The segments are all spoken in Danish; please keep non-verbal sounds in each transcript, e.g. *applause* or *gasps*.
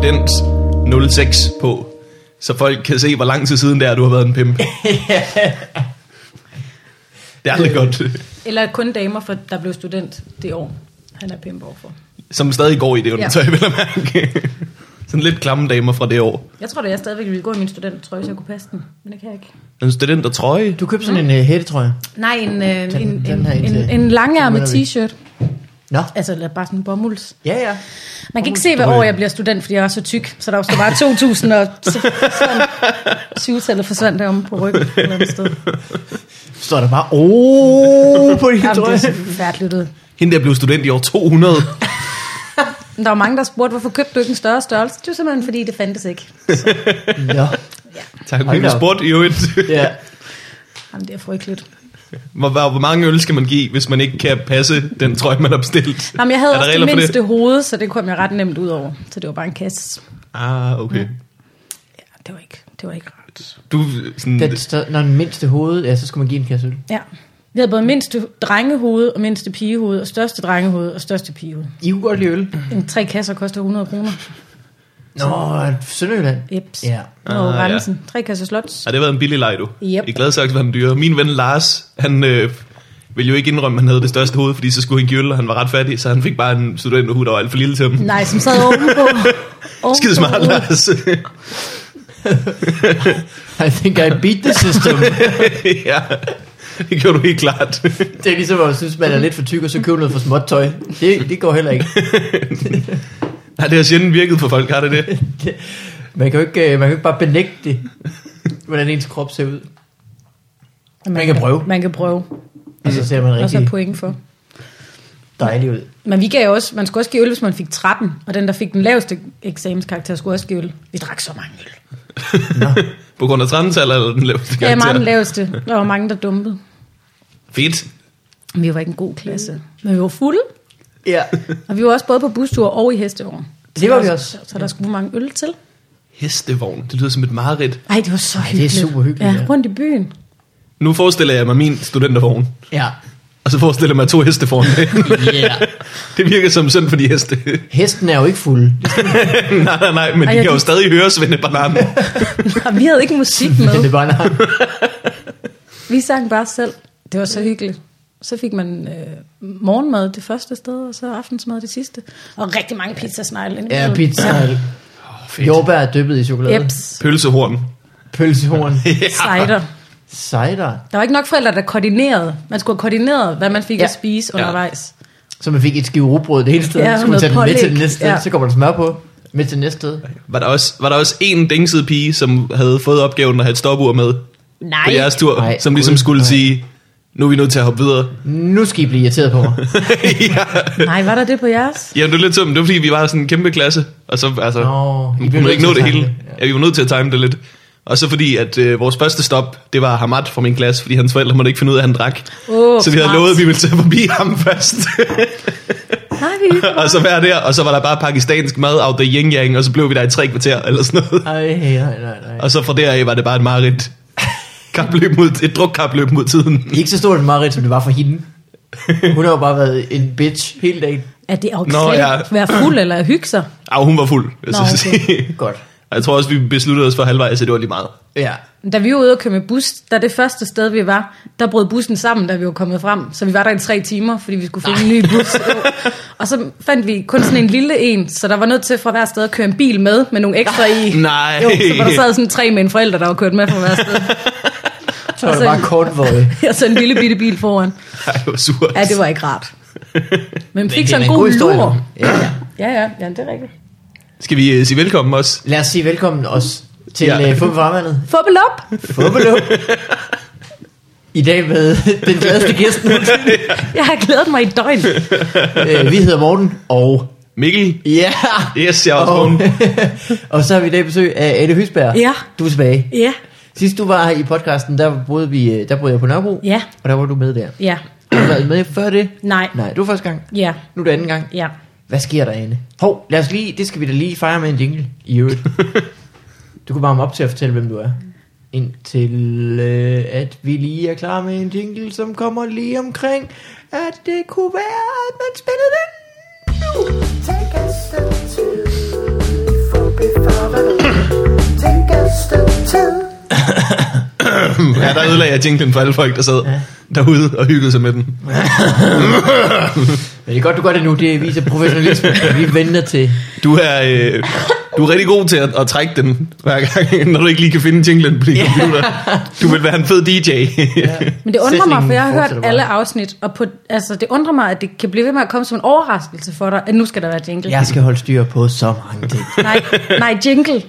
Student 06 på, så folk kan se, hvor lang tid siden det er, du har været en *laughs* pimp. det er aldrig godt. Eller kun damer, for der blev student det år, han er pimp overfor. Som stadig går i det Ja. undertøj, ja. vil jeg mærke. Sådan lidt klamme damer fra det år. Jeg tror da, jeg stadigvæk ville gå i min studenttrøje, så jeg kunne passe den. Men det kan jeg ikke. En student og trøje. Du købte sådan en uh, hættetrøje. Nej, en, øh, Den- en, en, den her en, indtil- en langærmet den mener vi. t-shirt. Nå, Altså, eller bare sådan en bomulds. ja ja. Man kan ikke se, hvad år jeg bliver student, fordi jeg var så tyk. Så der var bare 2020-tallet forsvandt deromme på ryggen. et Eller *laughs* andet sted. Står der bare, åh, på din Jamen, det trøje. er så forfærdeligt ud. Hende der blev student i år 200. Men Der var mange, der spurgte, hvorfor købte du ikke en større størrelse? Det var simpelthen, fordi det fandtes ikke. Nå, Tak, Hold fordi du da op. spurgte i øvrigt. ja. Jamen, det er frygteligt. Hvor, hvor, hvor mange øl skal man give, hvis man ikke kan passe den trøje, man har bestilt? Jamen, jeg havde Er der også det regler for det? mindste hoved, så det kom jeg ret nemt ud over. Så det var bare en kasse. Ah, okay. Ja, det var ikke, det var ikke rart. Du, sådan, Den stod, når den mindste hoved, ja, så skulle man give en kasse øl. Ja. Vi havde både mindste drengehoved og mindste pigehoved, og største drengehoved og største pigehoved. I kunne godt lide øl. En tre kasser koster 100 kroner. Nå, Sønderjylland. Jeps. Ja. Når Ah, ja. Altså- ah, grænsen. Ja. Tre kasser slots. Har det været en billig leg, du? Yep. I glæder sig var den dyre. Min ven Lars, han øh, ville jo ikke indrømme, at han havde det største hoved, fordi så skulle han give øl, og han var ret fattig, så han fik bare en studenterhud, der var alt for lille til ham. Nej, som sad *laughs* ovenpå. Ovenpå Skide smart, hovedet. Lars. *laughs* I think I beat the system. *laughs* ja, det gjorde du helt *laughs* klart. det er ligesom, at man synes, man er lidt for tyk, og så køber noget for småt tøj. Det, det går heller ikke. Nej, det har sjældent virket for folk, har det det? Man kan jo ikke, øh, man kan jo ikke bare benægte det, hvordan ens krop ser ud. Man kan prøve. Man kan prøve. Og så ser man Og så rigtig point for. dejlig ud. Men vi gav også, man skulle også give øl, hvis man fik 13. Og den, der fik den laveste eksamenskarakter, skulle også give øl. Vi drak så mange øl. *laughs* På grund af trantal eller den laveste Ja, karakter? meget den laveste. Der var mange, der dumpede. Fedt. Men Vi var ikke en god klasse. Men vi var fulde. Ja. Og vi var også både på bustur og i hesteår. Det var vi også. Så der skulle mange øl til. Hestevogn, det lyder som et mareridt. Ej, det var så det er hyggeligt. super hyggeligt, Ja, ja. rundt i byen. Nu forestiller jeg mig min studentervogn, Ja. og så forestiller jeg mig to heste *laughs* foran mig. Yeah. det virker som synd for de heste. *laughs* Hesten er jo ikke fuld. nej, nej, nej, men Ej, de jeg kan jo kan- stadig høre Svende Bananen. Og vi havde ikke *laughs* musik Men det med. er bare nej. Vi sang bare selv. Det var så hyggeligt. Så fik man øh, morgenmad det første sted, og så aftensmad det sidste. Og rigtig mange pizzasnegle. Ja, *laughs* indimellem. pizza. fedt. Jordbær er dyppet i chokolade. Eps, Pølsehorn. Pølsehorn. cider. Cider. Der var ikke nok forældre, der koordinerede. Man skulle have koordineret, hvad man fik Ja. ja. at spise Ja. undervejs. Så man fik et skive rugbrød det hele sted. Ja, Ja, så skulle man tage noget den med til pålæg. det næste sted. Ja. Så kommer der smør på. Med til næste sted. Var der, også, var der også en dingset pige, som havde fået opgaven at have et stopur med Nej. på jeres tur, Nej, som ligesom gud, skulle nej. sige, nu er vi nødt til at hoppe *laughs* videre. Nu skal I blive irriteret på mig. ja. Nej, var der det på jeres? Jamen, det er lidt som, det var fordi, vi var sådan en kæmpe klasse, og så altså, Nå, I vi blev kunne nødt ikke til nå at det time hele. det, Ja. ja. vi var nødt til at time det lidt. Og så fordi, at øh, vores første stop, det var Hamad fra min klasse, fordi hans forældre måtte ikke finde ud af, at han drak. Åh, så vi havde smart. lovet, at vi ville tage forbi ham *laughs* først. Nej, *laughs* vi ikke. og så være der, og så var der bare pakistansk mad out the yin yang, og så blev vi der i tre kvarter eller sådan noget. Ej, nej, nej, nej. Og så fra deraf var det bare et mareridt. Kapløb mod, et drukkapløb mod tiden. Ikke så stort et mareridt, som det var for hende. Hun har jo bare været en bitch hele dagen. Er det okay Nå, Nå, ja. ja. at være fuld eller at hygge sig? Ah, hun var fuld, vil jeg Nå, så okay. sige. Godt. Og jeg tror også, vi besluttede os for halvvejs, at det var lige meget. Ja. Da vi var ude og køre med bus, der det første sted, vi var, der brød bussen sammen, da vi var kommet frem. Så vi var der i tre timer, fordi vi skulle finde en ny bus. og så fandt vi kun sådan en lille en, så der var nødt til fra hver sted at køre en bil med, med nogle ekstra i. Nej. Jo, så var der sad sådan tre med en forælder, der var kørt med fra hver sted. *laughs* Så var det bare kort *laughs* Og så en lille bitte bil foran. Ej, det var surt. Ja, det var ikke rart. Men vi det er fik sådan en en god god, historie. lur. Ja, ja. Ja, ja, ja, det er rigtigt. Skal vi øh, sige velkommen også? Lad os sige velkommen også til øh, Ja. ja. Fumpe Farmandet. Fubbel op! Fumpelup. I dag med den gladeste gæst. Jeg har glædet mig i *laughs* et døgn. Øh, vi hedder Morten, og... Mikkel? Ja! Yes, jeg er også Og, oh. *laughs* og så har vi i dag besøg af Ade Høsberg. Ja. Du er tilbage. Ja, Sidst du var her i podcasten, der boede, vi, øh, der boede jeg på Nørrebro. Ja. Og der var du med der. ja, Har du været med før det? Nej. Nej, du var første gang. ja, Nu er det anden gang. ja. Hvad sker der inde? Hov, lad os lige, det skal vi da lige fejre med en jingle i *laughs* øvrigt. du kan varme op til at fortælle, hvem du er. Indtil øh, at vi lige er klar med en jingle, som kommer lige omkring, at det kunne være, at man spændede den. Take a step to the tid. Mm, Ja, der ødelagde jeg jinglen for alle folk, der sad Ja. ja. derude og hyggede sig med den. Men det er godt, du gør det nu. Det viser *laughs* professionalisme. Vi venter til. Du er, øh, du er rigtig god til at, at trække den, hver gang, *laughs* når du ikke lige kan finde jinglen på din computer. Du vil være en fed DJ. Men det undrer mig, for Sætningen jeg har hørt fortsætter alle afsnit, og på, altså, det undrer mig, at det kan blive ved med at komme som en overraskelse for dig, at nu skal der være jingle. Jeg skal holde styr på så mange ting. Nej, nej, jingle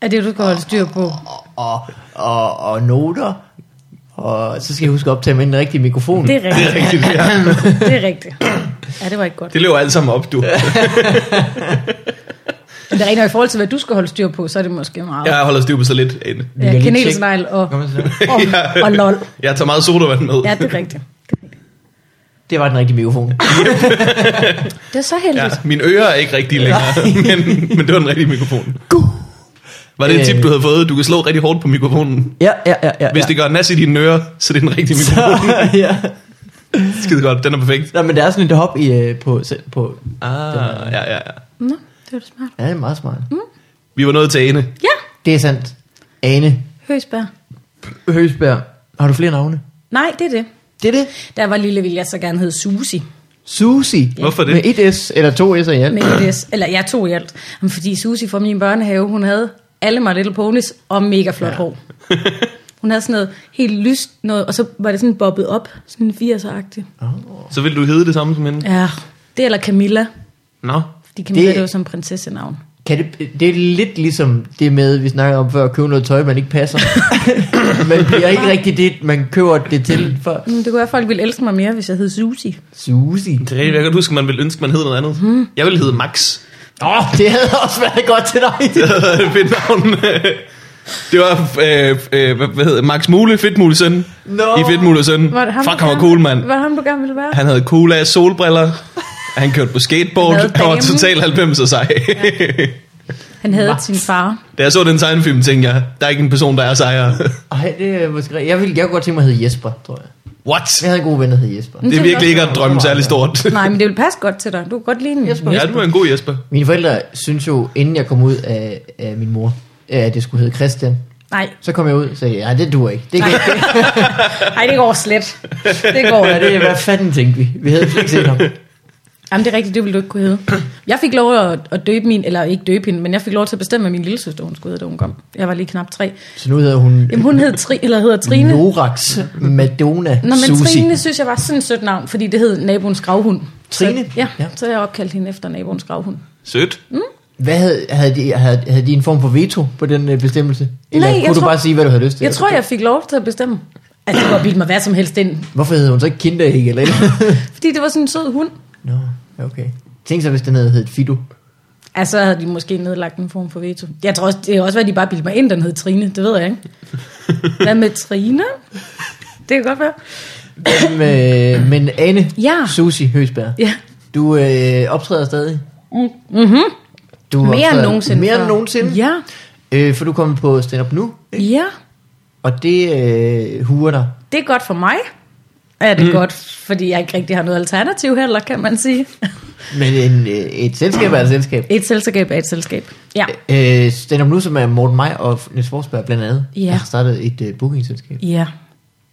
er det, du skal holde styr på. Og, og, og noter. Og så skal jeg huske at optage med den rigtige mikrofon. Det er *laughs* Det rigtigt, er rigtigt, ja. det er rigtigt. Ja, det var ikke godt. Det løber alt sammen op, du. Men det er rigtigt, og i forhold til, hvad du skal holde styr på, så er det måske meget. Jeg holder styr på så lidt. inde. Vi kan Ja, lige kanelsnegl og, Kom så. og, og lol. Jeg tager meget sodavand med. Ja, det er rigtigt. Det var den rigtige mikrofon. Det er så heldigt. Ja, mine ører er ikke rigtige længere, *laughs* men, men det var den rigtige mikrofon. Var det et tip, du havde fået? Du kan slå rigtig hårdt på mikrofonen. Ja, ja, ja. ja Hvis det gør nas i dine ører, så det er den rigtige *laughs* Så, mikrofon. *laughs* ja. Skide godt, den er perfekt. Nå, men der er sådan et hop i, øh, på, på... Ah, ja, ja, ja. Nå, det var det smart. Ja, det er meget smart. Vi var nået til Ane. Ja, Det er sandt. Ane høsbær. Høsberg. Har du flere navne? Nej, det er det. Det er det. Der var lille, ville jeg så gerne hedde Susi. Susi. Hvorfor det? Med et S eller to S'er i alt. Med et S. Eller jeg tog i alt. Jamen, Fordi Susi fra min børnehave, hun havde alle My Little Ponies og mega flot ja. hår. Hun havde sådan noget helt lyst noget, og så var det sådan bobbet op, sådan 80'er-agtigt. *laughs* Så ville du hedde det samme som hende? Ja, det eller Camilla. Nå. Fordi Camilla, Det- det, det var som prinsessenavn. Kan det, det er lidt ligesom det med, vi snakkede om før, at købe noget tøj, man ikke *laughs* passer. man bliver ikke rigtig det, man køber det til for. Mm, Det kunne være, at folk ville elske mig mere, hvis jeg hed Susi. Susi. Det er rigtigt, jeg kan godt huske, at man ville ønske, at man hed noget andet. Hmm. Jeg ville hedde Max. *laughs* Åh, oh, det havde også været godt til dig. Det havde fedt navn. Det var, øh, øh, hvad- hvad hedder Max Mule, Fedtmules søn. Nå. I Fedtmules søn. Var det ham, Fuck, du han var gerne- cool, mand. Var det ham, du gerne ville være? Han havde cola, solbriller. Han kørte på skateboard. Han havde Han var damen. totalt 90'er sej. Han havde Max. sin far. *laughs* Da jeg så den tegnefilm, tænkte jeg, der er ikke en person, der er *laughs* sejere. Ej, det er måske rigtigt. Jeg ville jeg kunne godt tænke mig at hedde Jesper, tror jeg. What? Jeg havde en god ven, der hed Jesper. Det er virkelig ikke at drømme særlig stort. Nej, men det ville passe godt til dig. Du kunne godt ligne *laughs* Jesper. Ja, du er en god Jesper. Mine forældre synes jo, inden jeg kom ud af, af min mor, at det skulle hedde Christian. Nej, Så kom jeg ud og sagde, nej, det duer ikke. *laughs* Det kan ikke. Ej, det går slet. Det *laughs* *laughs* går Ja, det er, hvad fanden tænkte vi? Vi havde slet ikke set ham. Jamen, det er rigtigt, det ville du ikke kunne hedde. Jeg fik lov at, at døbe min, eller ikke døbe hende, men jeg fik lov til at bestemme, hvad min lille søster, hun skulle hedde, da hun kom. Jeg var lige knap tre. Så nu hedder hun Jamen, hun hed Tri, eller hedder Trine. No. Norax Madonna Nå, men Susi. Trine synes jeg var sådan et sødt navn, fordi det hed naboens gravhund. Trine? Så, ja, Ja. ja, så jeg opkaldte hende efter naboens gravhund. Sødt. Mm, Hvad havde, havde, de, havde, havde de en form for veto på den øh, bestemmelse? Eller Nej, kunne jeg du tror- bare sige, hvad du havde lyst til? Jeg tror, jeg fik lov til at bestemme. Altså, jeg kunne bilde mig hvad som helst ind. Hvorfor hed hun så ikke Kinderæg eller *laughs* et eller andet? Fordi det var sådan en sød hund. Nå, okay. Tænk så, hvis den havde heddet Fido. Altså, så havde de måske nedlagt en form for veto. Jeg tror også, det er også, hvad de bare bildte mig ind, den hed Trine. Det ved jeg ikke. Hvad med Trine? Det kan godt være. Men, øh, men Anne Ja. Susi Høsberg, Ja. du øh, optræder stadig. Mm-hmm. Du Mere end optræder nogensinde. Mere før. end nogensinde. Ja. Øh, for du kommer på Stand Up Nu, Ja. og det øh, huer dig. Det er godt for mig. Er det mm. godt, fordi jeg ikke rigtig har noget alternativ heller, kan man sige. *laughs* Men en, øh, et selskab er et selskab. Et selskab er et selskab. Ja. Øh, stand Up Nu, som er Morten Maj og Niels Forsberg blandt andet, Ja. har startet et øh, bookingselskab. Ja.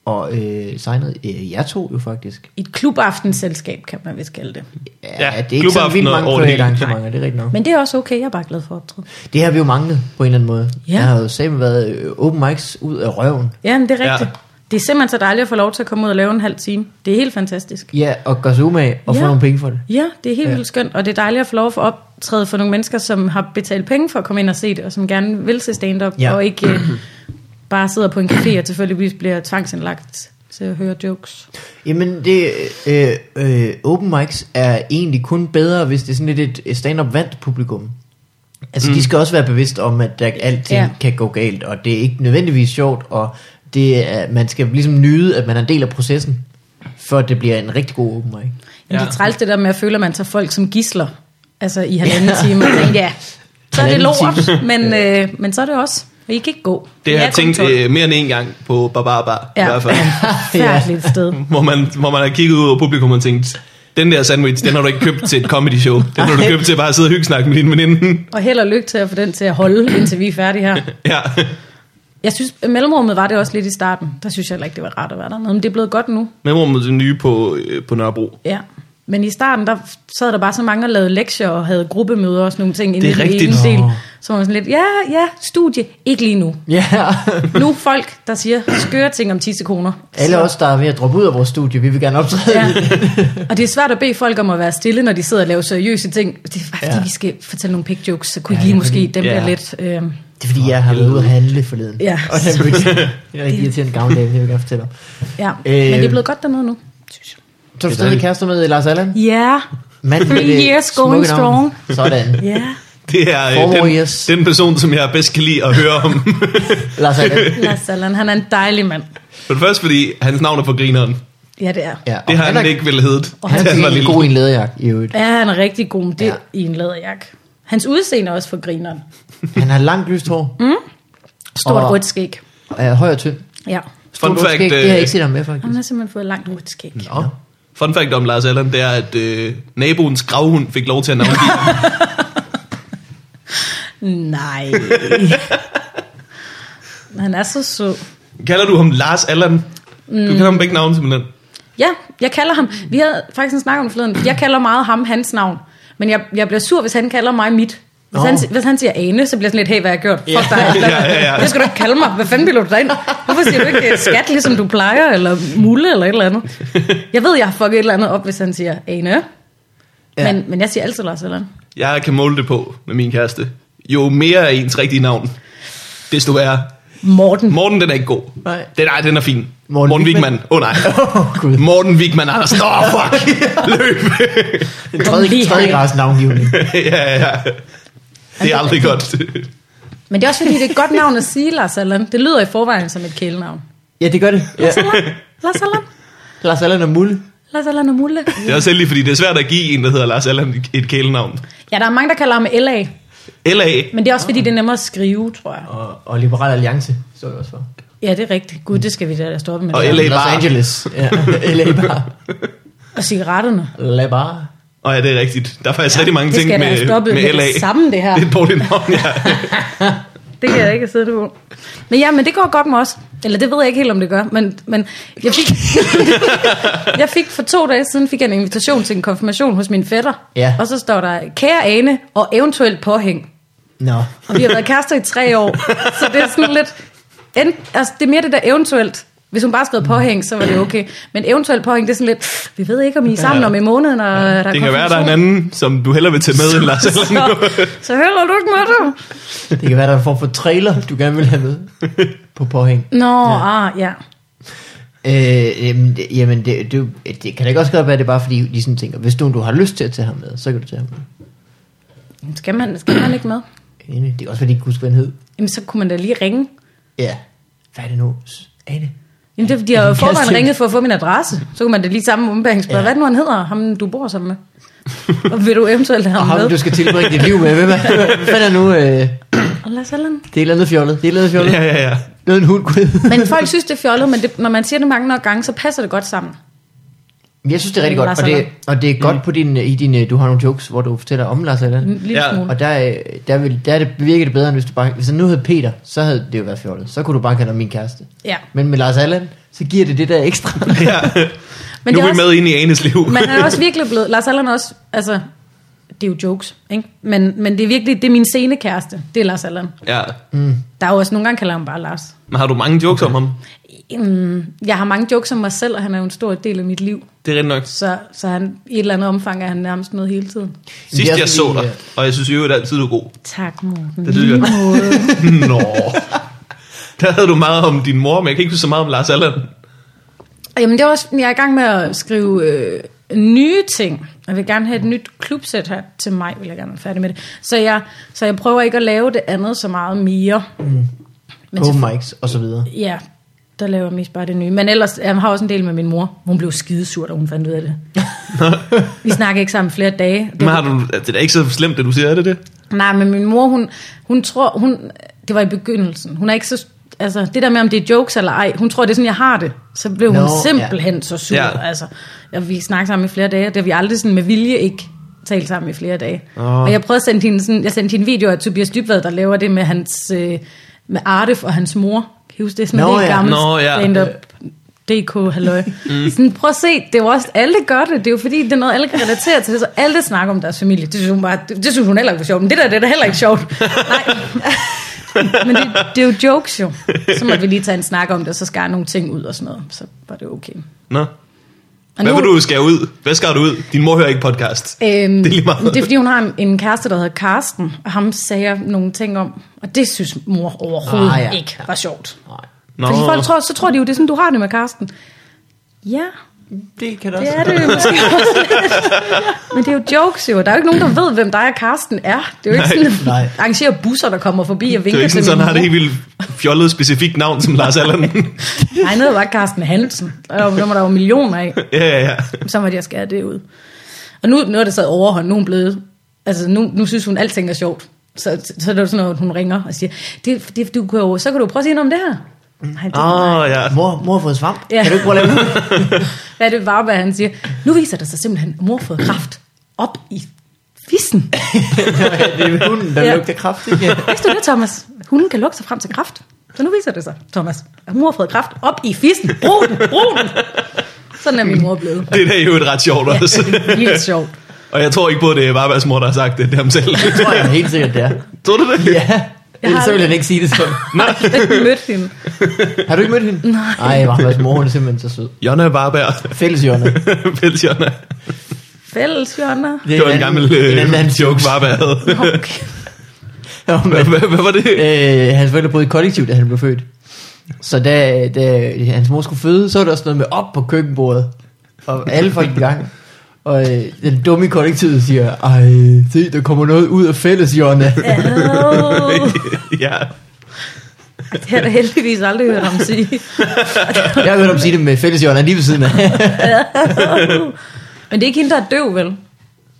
Og øh, signet øh, jer to jo faktisk. Et klubaftenselskab, kan man vist kalde det. Ja, det er ikke sådan klubaftener vildt mange over det private hele. arrangementer, det er rigtigt nok. Men det er også okay, jeg er bare glad for at optræde. Det har vi jo manglet på en eller anden måde. Ja. Jeg har jo sammen været øh, open mics ud af røven. Ja, men det er Ja. rigtigt. Ja. Det er simpelthen så dejligt at få lov til at komme ud og lave en halv time. Det er helt fantastisk. Ja, og gøre sig umage og ja. få Ja. nogle penge for det. Ja, det er helt Ja. ja. vildt skønt, og det er dejligt at få lov at få optræde for nogle mennesker, som har betalt penge for at komme ind og se det, og som gerne vil se stand-up, Ja. ja. og ikke øh, bare sidder på en café og tilfældigvis bliver tvangsindlagt til at høre jokes. Jamen, det, øh, øh, open mics er egentlig kun bedre, hvis det er sådan lidt et stand-up vandt publikum. Altså, mm. de skal også være bevidst om, at der, alting ja. Ja. kan gå galt, og det er ikke nødvendigvis sjovt, og det er, man skal ligesom nyde, at man er en del af processen, for at det bliver en rigtig god open mic. Men ja. Ja. det er træls det der med at føle, at man tager folk som gisler, altså i halvanden ja. time, og tænker, ja, så er det Halvanden lort, *laughs* men, øh, men så er det også, og I kan ikke gå. Det har er jeg kun tænkt 12. øh, mere end en gang på Barbarbar, ja. i Ja, hvert fald. *laughs* *laughs* forfærdeligt sted. Hvor man, hvor man har kigget ud over publikum og tænkt, den der sandwich, den har du ikke købt til et comedy show. Den har du købt til at bare sidde og hygge snakke med din veninde. *laughs* Og held og lykke til at få den til at holde, indtil vi er færdige her. Ja. Jeg synes, mellemrummet var det også lidt i starten. Der synes jeg heller ikke, det var rart at være dernede. Men det er blevet godt nu. Men hvor det nye på, øh, på *laughs* Nørrebro? Ja. Men i starten, der sad der bare så mange og lavede lektier og havde gruppemøder og sådan nogle ting. Det er inde i den rigtigt. ene Del. Nå. Så var man sådan lidt, ja, ja, studie. Ikke lige nu. *laughs* Ja, Nu er folk, der siger skøre ting om tissekoner. *laughs* alle os, der er ved at droppe ud af vores studie, vi vil gerne optræde. Ja. Ja. Og det er svært at bede folk om at være stille, når de sidder og laver seriøse ting. Det er bare, fordi Ja. vi skal fortælle nogle pig jokes, så kunne Ja, ja, I lige det er måske, dem ja. bliver lidt... Øh, Det er fordi, jeg har været ude at handle forleden. Ja. Og jeg mødte jeg er rigtig irriterende gavn, det vil jeg gerne fortælle om. ja. Øh, Men Øh. det er blevet godt dernede nu, synes jeg. Så er du stadig kærester med Lars Allan? Ja, Manden med *laughs* Three det years smukke going navn. strong. Sådan. ja. Det er øh, Former, den, yes. den person, som jeg bedst kan lide at høre *laughs* om. *laughs* Lars Allan. Lars Allan, han er en dejlig mand. for det første, fordi hans navn er på grineren. Ja, det er. Ja, Det og har han er- ikke ville heddet. Og *laughs* Han da er var virkelig lille. god i en læderjakke i øvrigt. Ja, han er rigtig god med det Ja. ja. i en læderjakke. Hans udseende er også for grineren. Han har langt lyst hår, Stort Og- og... rødt skæg. er høj og tynd. Ja. Fun Stort fact, skæg. Det har jeg ikke øh, set ham med, faktisk. Han har simpelthen fået langt rødt skæg. Nå. fun fact om Lars Allan, det er, at øh, naboens gravhund fik lov til at navngive *laughs* ham. Mm. *laughs* Nej. han er så sød. Kalder du ham Lars Allan? Du kalder ham begge navne simpelthen. Ja, jeg kalder ham. Vi havde faktisk en snak om det forleden. Jeg kalder meget ham hans navn. Men jeg, jeg bliver sur, hvis han kalder mig mit. Hvis, Nå. han, si- hvis han siger Ane, så bliver jeg sådan lidt, hey, hvad har jeg gjort? Fuck dig. *laughs* Ja, ja, ja. Det skal du ikke kalde mig. Hvad fanden bilder du dig ind? Hvorfor siger du ikke, det er skat, ligesom du plejer, eller mulle, eller et eller andet? Jeg ved, jeg har fucket et eller andet op, hvis han siger Ane. Ja. Ja. Men, men jeg siger altid Lars Allan. Jeg kan måle det på med min kæreste. Jo mere af ens rigtige navn, desto værre. Morten. Morten, den er ikke god. Nej. Den, nej, den er fin. Morten Morten, Morten Wigman. Wigman. Åh oh, *laughs* nej. *laughs* Åh, Gud. Morten Wigman Andersen. Åh, oh, *laughs* fuck. Løb. Den tredje, Lige tredje her. grads navngivning. *laughs* ja, ja. Det er aldrig godt. Men det er også fordi, det er et godt navn at sige Lars Allan. Det lyder i forvejen som et kælenavn. *laughs* Ja, det gør det. Ja. Lars Allan. Lars Allan og Mulle. Lars Allan og Mulle. det er også heldigt, fordi det er svært at give en, der hedder Lars Allan, et kælenavn. Ja, der er mange, der kalder ham LA. LA. Men det er også fordi, det er nemmere at skrive, tror jeg. Og, og Liberal Alliance, står det også for. Ja, det er rigtigt. Gud, det skal vi da stoppe med. Og Og, LA Los Bar. Angeles. Ja. LA Bar. og cigaretterne. La Bar. *laughs* Og ja, det er rigtigt. Der er faktisk ja, rigtig mange det ting skal jeg da med, have stoppet med med LA. det samme, det her. Det er et dårligt navn, ja. Det kan jeg ikke sidde på. Men ja, men det går godt med os. Eller det ved jeg ikke helt, om det gør. Men, men jeg, *laughs* fik, jeg fik for to dage siden fik jeg en invitation til en konfirmation hos min fætter. Ja. Og så står der, kære Ane og eventuelt påhæng. Nå. Og vi har været kærester i tre år. Så det er sådan lidt... End, altså, det er mere det der eventuelt. Hvis hun bare skrev påhæng, så var det okay. Men eventuelt påhæng, det er sådan lidt... Vi ved ikke, om I er sammen Ja. om i måneden, og ja, der er Det kan være, der er en konfirmation." anden, som du hellere vil tage med end Lars Allan. *laughs* Så, så hælder du ikke med det? Det kan være, der er en form for trailer, du gerne vil have med på påhæng. Nå, ja. Ah, ja. Øh, jamen, det, jamen det, det, det, kan da ikke også godt være, at det er bare fordi, de sådan tænker, hvis du, du har lyst til at tage ham med, så kan du tage ham med. Skal man, skal man ikke med? Ane. Det er også, fordi de ikke husker, hvad han hed. Jamen, så kunne man da lige ringe. Ja. Hvad er det nu? S- Ane? Jamen, det er, fordi jeg Ja, har jo det kan jeg forvejen se. ringet for at få min adresse. Så kunne man da lige samme ombæring spørge, Ja. ja. hvad er det nu han hedder, ham du bor sammen med? Og vil du eventuelt have Og ham ham, du med? skal tilbringe dit liv med. Hvem er, *laughs* hvad fanden er nu? Øh, Og Lars Allan. det er et eller andet fjollet. Det er et eller andet *laughs* fjollet. Ja, ja, ja. Noget en hund kunne hedde. Men folk synes, det er fjollet, men det, når man siger det mange nok gange, så passer det godt sammen. Jeg synes, det er rigtig Det er godt, og Lars det, Allan. og det er godt på din, i din, øh, du har nogle jokes, hvor du fortæller om Lars Allan. En lille Ja. ja. smule. Og der, øh, der, vil, der er det, virker det bedre, end hvis du bare... Hvis han nu hed Peter, så havde det jo været fjollet. Så kunne du bare kalde ham min kæreste. Ja. Men med Lars Allan, så giver det det der ekstra. ja. Men nu det er er vi også, med ind i Anes liv. man er også virkelig blevet, Lars Allan er også, altså, det er jo jokes, ikke? Men, men det er virkelig, det er min scenekæreste, det er Lars Allan. *laughs* Ja. Der er jo også nogle gange, kalder han bare Lars. Men har du mange jokes om ham? Mm, Jeg har mange jokes om mig selv, og han er jo en stor del af mit liv. Det er rigtig nok. Så, så han, i et eller andet omfang er han nærmest med hele tiden. Sidst Det er jeg også så fordi, dig, og jeg synes jo, at altid du er god. Tak, Morten. Det lyder *laughs* Nå. Der havde du meget om din mor, men jeg kan ikke huske så meget om Lars Allan. Jamen, det er også, jeg er i gang med at skrive øh, nye ting. Jeg vil gerne have et nyt klubsæt her til mig, vil jeg gerne være færdig med det. Så jeg, så jeg prøver ikke at lave det andet så meget mere. *laughs* Men Open mics og så videre. Ja, der laver jeg mest bare det nye. Men ellers, jeg har også en del med min mor. Hun blev skidesur, da hun fandt ud af det. Vi snakkede ikke sammen flere dage. Det Men har du, det er da ikke så slemt, det du siger, er det det? Nej, men min mor, hun, hun tror, hun, det var i begyndelsen. Hun er ikke så, altså det der med, om det er jokes eller ej, hun tror, det er sådan, jeg har det. Så blev hun Nå, simpelthen så sur. Ja. Altså, ja, vi snakkede sammen i flere dage, og det har vi aldrig sådan med vilje ikke talt sammen i flere dage. Åh. Og jeg prøvede at sende hende sådan, jeg sendte hende en video af Tobias Dybvad, der laver det med hans, øh, med Arte for hans mor. Kan I huske, det er sådan Nå, en helt ja. gammel Nå, ja. stand-up. DK, halløj. Mm. Sådan, prøv at se, det er jo også, alle gør det. Det er jo fordi, det er noget, alle kan relatere til. Så alle snakker om deres familie. Det synes hun, bare, det, det synes hun heller ikke var sjovt. Men det der, det er da heller ikke sjovt. Nej. *laughs* Men det, det, er jo jokes jo. Så måtte vi lige tage en snak om det, og så skar nogle ting ud og sådan noget. Så var det okay. Nå. Og Hvad vil du skære ud? Hvad skal du ud? Din mor hører ikke podcast. Øhm, Det er lige meget. Det er fordi, hun har en, en kæreste, der hedder Karsten, og ham sagde jeg nogle ting om, og det synes mor overhovedet Ah, ah, ja. ja. ikke var sjovt. Nej, Nå. Fordi folk tror, så tror de jo, det er sådan, du har det med Karsten. Ja, det kan det også. det er det *laughs* jo måske også lidt. Men det er jo jokes jo. Der er jo ikke nogen, der ved, hvem dig og Karsten er. Det er jo ikke Nej. sådan, at Nej. arrangere busser, der kommer forbi og det vinker er jo ikke sådan, til sådan min har det mor. helt vildt fjollet specifikt navn som Lars *laughs* Allan. Nej, noget var Karsten Hansen. Der var, der var der jo millioner af. ja, ja, ja. Så måtte jeg skære det ud. Og nu, nu er det så overhånd. Nu er hun blevet... Altså, nu, nu synes hun, alting er sjovt. Så, så, så er det jo sådan noget, at hun ringer og siger, det, det, du kan jo, så kan du prøve at sige noget om det her. Nej, det, Åh, oh, ja. Mor, mor har fået svamp. Ja. Kan du ikke prøve at lave det? Hvad er det, Varberg, han siger? Nu viser det sig simpelthen, at mor har fået kraft op i fissen. *laughs* Det er hunden, der Ja. lugter *laughs* kraftigt. Ja. Vidste du det, Thomas? Hunden kan lukke sig frem til kraft. Så nu viser det sig, Thomas, at mor har fået kraft op i fissen. Brug den, brug den. Sådan er min mor blevet. Det er da jo et ret sjovt Ja, også. vildt sjovt. Og jeg tror ikke på, at det er Barbas mor, der har sagt det. Det er ham selv. Det tror jeg helt sikkert, det er. tror du det? Ja, ellers så vil han ikke sige det sådan. Jeg har slet ikke mødt hende. *laughs* Har du ikke mødt hende? Nej. Ej, Varmas mor, hun er simpelthen så sød. Jonna *laughs* Barberg. Fælles Jonna. Fælles Jonna. Fælles, Jonna. Det var en gammel en anden, øh, hans joke, *laughs* Barber havde. Okay. Ja, Hvad- men, hvad- Hvad var det? øh, hans forældre boede i kollektiv, da han blev født. Så da, da hans mor skulle føde, så var der også noget med op på køkkenbordet. Og alle folk i gang. Og øh, den dumme i kollektivet siger, ej, se, der kommer noget ud af fælles, Jonna. Oh, Øh. *laughs* Ja. det har jeg da heldigvis aldrig hørt ham sige. Jeg har hørt om sige det med fælles, Jonna, lige ved siden af. Men det er ikke hende, der er døv, vel?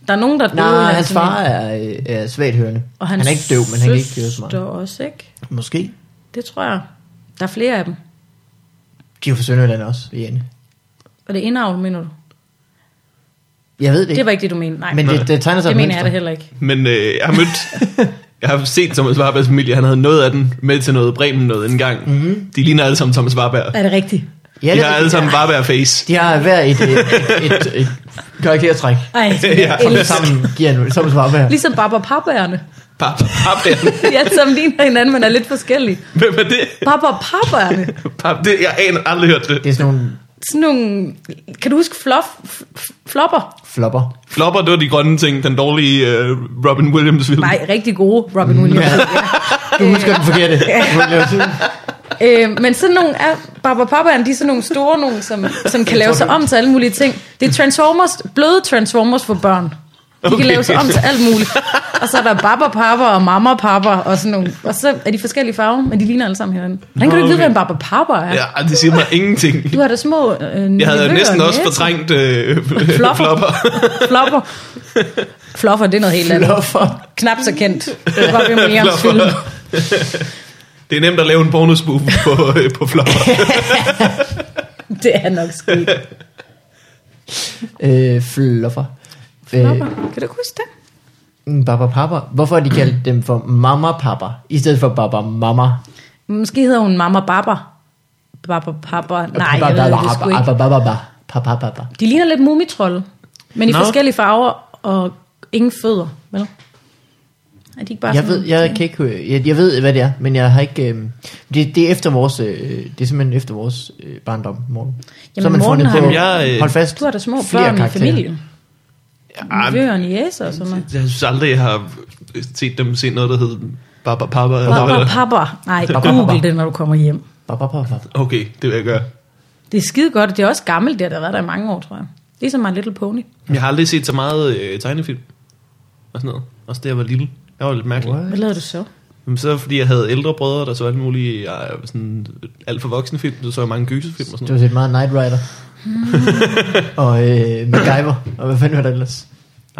Der er nogen, der er *laughs* døve. Nej, i hans familie. far er, øh, er svagt hørende. Og han hans er ikke døv, men han kan ikke høre så søster meget. også, ikke? Måske. Det tror jeg. Der er flere af dem. De er jo fra Sønderjylland også, Jane. Og det er indavl, mener du? Jeg ved det ikke. Det var ikke det, du mente. Nej, Men det, det tegner sig det et mener jeg da mønster. heller ikke. Men øh, jeg har mødt... Jeg har set Thomas Warbergs familie. Han havde noget af den med til noget Bremen noget engang. Mm-hmm. De ligner alle sammen Thomas Warberg. Er det rigtigt? Mhm. Ja, De det har er alle sammen rigtigt. Warberg-face. De har hver et, et, et, et, et *laughs* karaktertræk, Ej, *laughs* Ja, jeg og som elsker. sammen giver en som svar på her. Ligesom Barbara Papagerne. Bar- *laughs* Barber'en. De alle sammen ligner hinanden, men er lidt forskellige. Hvem er det? Barbara Papagerne. Bar- det? Jeg aner aldrig hørt det. Det er sådan nogle Sådan nogle... Kan du huske fluff, f- flopper? flopper. Flopper, det var de grønne ting. Den dårlige øh, Robin Williams film. Nej, rigtig gode Robin Williams. Du husker den forkerte. Du vil lave sådan- Øh, men sådan nogle af Barbara Papaen, de er sådan nogle store nogle, som, som kan lave sig om til alle mulige ting. Det er Transformers, bløde Transformers for børn. De okay. Okay. kan lave sig om til alt muligt. Og så er der Barbara Papa og Mama Papa og sådan nogle. Og så er de forskellige farver, men de ligner alle sammen hinanden. Hvordan kan du ikke vide, Okay. hvad en Barbara Papa er? Ja. Ja, det siger mig ingenting. Du har da små øh, Jeg havde nevøer jo næsten og også niecer. fortrængt øh, Flopper. flopper. Flopper. Flopper, det er noget helt andet. Flopper. Knap så kendt. Det var Robin Williams film. Flopper. *laughs* Det er nemt at lave en bonusboof på, øh, på *laughs* flopper. Det er nok sket. Øh, flopper. Flopper. Kan du ikke huske det? Øh, Baba Papa. Hvorfor har de kaldt dem for Mama Papa, i stedet for Baba Mama? Måske hedder hun Mama Baba. Baba Papa. Nej, jeg ved det sgu ikke. Baba Baba Baba. Papa Papa. De ligner lidt mumitrolde, men i Nå. no. forskellige farver og ingen fødder, vel? Er de ikke bare Jeg sådan ved, jeg kan ikke, øh, jeg, jeg ved, hvad det er, men jeg har ikke, øh, det, det er efter vores, øh, det er simpelthen efter vores øh, barndom, morgen. Jamen, Morten har- Jamen, jeg, øh, hold fast, Du har da små flere børn i karakterer. familien. Ja, Nevøer og jæser og sådan noget. Ah, Jeg synes aldrig, jeg har set dem se noget, der hedder Baba Papa. eller hvad Baba det er. Papa. Nej, Baba, google Baba. det, når du kommer hjem. Ba, ba, ba, ba. Okay, det vil jeg gøre. Det er skide godt, og det er også gammelt, det har der været der i mange år, tror jeg. Ligesom My Little Pony. Jeg har aldrig set så meget øh, tegnefilm. Og sådan noget. Også da jeg var lille. Jeg var lidt mærkelig. Hvad lavede du så? Jamen, så er det, fordi, jeg havde ældre brødre, der så alle mulige øh, sådan, alt for voksne film. Så så jeg mange gyserfilm og sådan Du har set meget Night Rider. Mm. og øh, MacGyver. Og hvad fanden var det ellers? noget.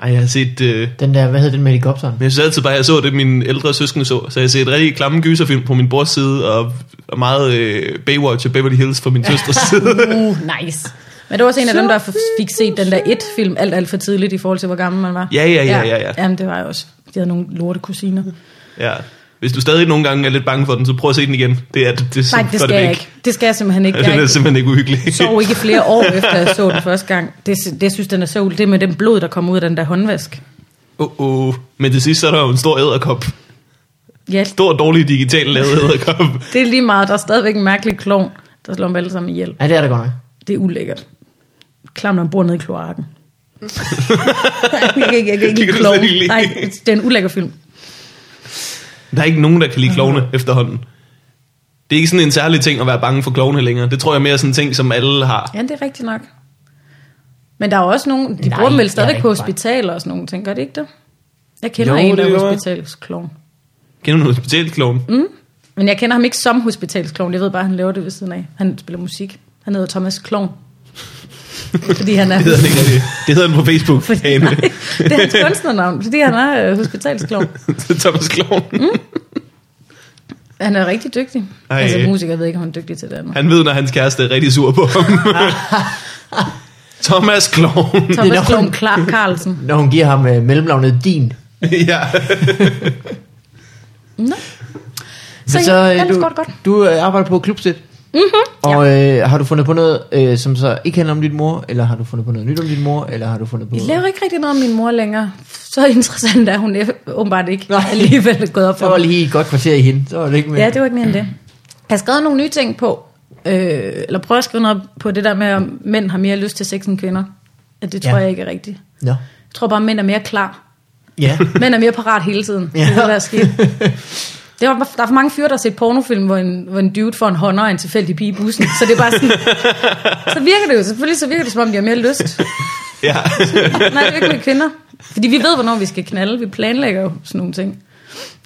Nej, jeg har set... Øh, Den der, hvad hed den med helikopteren? men jeg synes altid bare, at jeg så det, mine ældre søskende så. Så jeg har set rigtig klamme gyserfilm på min brors side, og, og meget øh, Baywatch og Beverly Hills på *laughs* min søsters side. Uh, nice. Men det var også en af dem, der f- fik set den der et film alt, alt for tidligt i forhold til, hvor gammel man var. Ja, ja, ja, ja, ja. Jamen, det var jeg også. De havde nogle lorte kusiner. Ja. Hvis du stadig nogle gange er lidt bange for den, så prøv at se den igen. Det er det, det, Nej, det så er skal det væk. jeg ikke. Det skal jeg *laughs* simpelthen ikke. Ja, den Jeg er simpelthen ikke uhyggelig. *laughs* sov ikke i flere år, efter jeg så den første gang. Det, det jeg synes, den er så uld. Det er med den blod, der kommer ud af den der håndvask. Oh, oh. Men til sidst så er der jo en stor æderkop. Ja, Stor, dårlig, digital lavet *laughs* æderkop. det er lige meget. Der er stadigvæk en mærkelig klovn, der slår dem alle sammen ihjel. Ja, det er det godt nok. Det er ulækkert. Klam, når man bor nede i kloakken. jeg kan ikke, jeg kan Det kan ikke lide du klovn. slet ikke lide. Nej, det er en ulækker film. Der er ikke nogen, der kan lide klovne efterhånden. Det er ikke sådan en særlig ting at være bange for klovne længere. Det tror jeg mere er sådan en ting, som alle har. Ja, det er rigtigt nok. Men der er også nogen, de Nej, Nej, bruger dem det vel er stadigvæk ikke på bare- hospitaler og sådan nogle ting, gør det ikke det? Jeg kender Jo, jo, en, der det gør er jeg. hospitalsklovn. Kender du noget specielt klovne? Mm. Men jeg kender ham ikke som hospitalsklovn, jeg ved bare, at han laver det ved siden af. Han spiller musik. Han hedder Thomas Klovn. *laughs* Fordi han er... Det hedder den ikke. Det, det hedder den på Facebook. Fordi, Ane. nej, det er hans kunstnernavn, fordi han er øh, hospitalsklovn. *laughs* Thomas Klovn. Mm. Han er rigtig dygtig. Ej. Ej. Altså musiker ved ikke, om han er dygtig til det andet. Han ved, når hans kæreste er rigtig sur på *laughs* ham. Thomas Klovn. Det er nok- Thomas Klovn Clark Carlsen. Når hun giver ham øh, mellemnavnet din. *laughs* ja. Nå. Så, Men så ja, øh, ellers du, går det godt. Mhm. du øh, arbejder på klubsæt. Mm-hmm, og øh, har du fundet på noget, øh, som så ikke handler om din mor, eller har du fundet på noget nyt om din mor, eller har du fundet på... Jeg laver ikke rigtig noget om min mor længere. Så interessant er hun eff- åbenbart ikke Nej. Nej. alligevel gået op Så for var mig. lige et godt kvarter i hende, så var det ikke mere. Ja, det var ikke mere end det. Jeg har skrevet nogle nye ting på, øh, eller prøvet at skrive noget på det der med, at mænd har mere lyst til sex end kvinder. At det tror Ja. ja. jeg ikke er rigtigt. Nå. Jeg tror bare, at mænd er mere klar. Ja. Mænd er mere parat hele tiden. Ja. Ja. Det er det, der er sket. Det er, der er for mange fyre, der har set pornofilm, hvor en, hvor en dude får en hånd og en tilfældig pige i bussen. Så det er bare sådan... *laughs* Så virker det jo. Selvfølgelig så virker det, som om de har mere lyst. ja. Nej, det er ikke med kvinder. Fordi vi ved, hvornår vi skal knalde. Vi planlægger jo sådan nogle ting.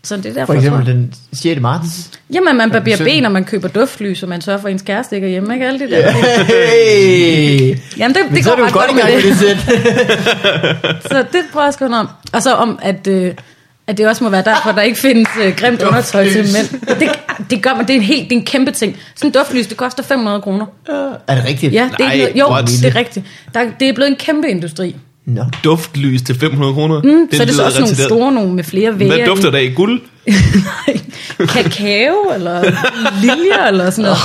Så det er derfor, For eksempel jeg tror. den 6. marts. Jamen, man barberer Sytten. ben, og man køber duftlys, og man sørger for, at ens kæreste ikke er hjemme. Ikke alt det der. Yeah. Hey! Jamen, det, Men det så er går du ret godt godt i med gang med det. det sæt. Så det prøver jeg at skrive noget om. Og så om, at, øh, at det også må være derfor, der ikke findes øh, grimt undertøj til Duftlys. mænd. Det, det gør man. Det er en, helt, det er en kæmpe ting. Sådan en duftlys, det koster 500 kroner. Er det rigtigt? Ja, det er Nej, ikke noget, jo, what? det er rigtigt. Der, det er blevet en kæmpe industri. Nå. Duftlys til 500 kroner. Mm, så er det så lyder også nogle retarderet. store nogle med flere vægge. Hvad dufter der i guld? *laughs* Kakao, eller liljer, eller sådan noget.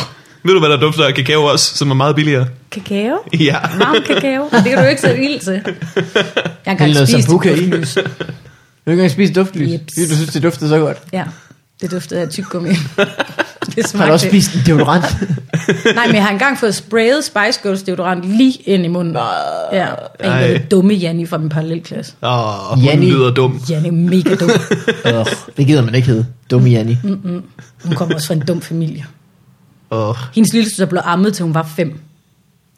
Ved du, hvad der dufter af kakao også, som er meget billigere? *laughs* Kakao? Ja. Varm kakao? Det kan du jo ikke sætte ild til. Jeg har Eller engang noget spist sambuca i. et Du har ikke engang spist duftlys, Jeps. fordi du synes, det duftede så godt. Ja, det duftede af *laughs* tyggegummi. Det Har du også smagte. spist en deodorant? Nej, men jeg har engang fået sprayet Spice Girls deodorant lige ind i munden. Nej. Ja, Ej. af en dumme Janni fra min parallelklasse. Åh, oh, hun Janni. lyder dum. Janni er mega dum. Åh, det gider man ikke hedde. Dumme Janni. Mm. Hun kommer også fra en dum familie. Åh, oh. Hendes lille søster blev ammet, til hun var fem.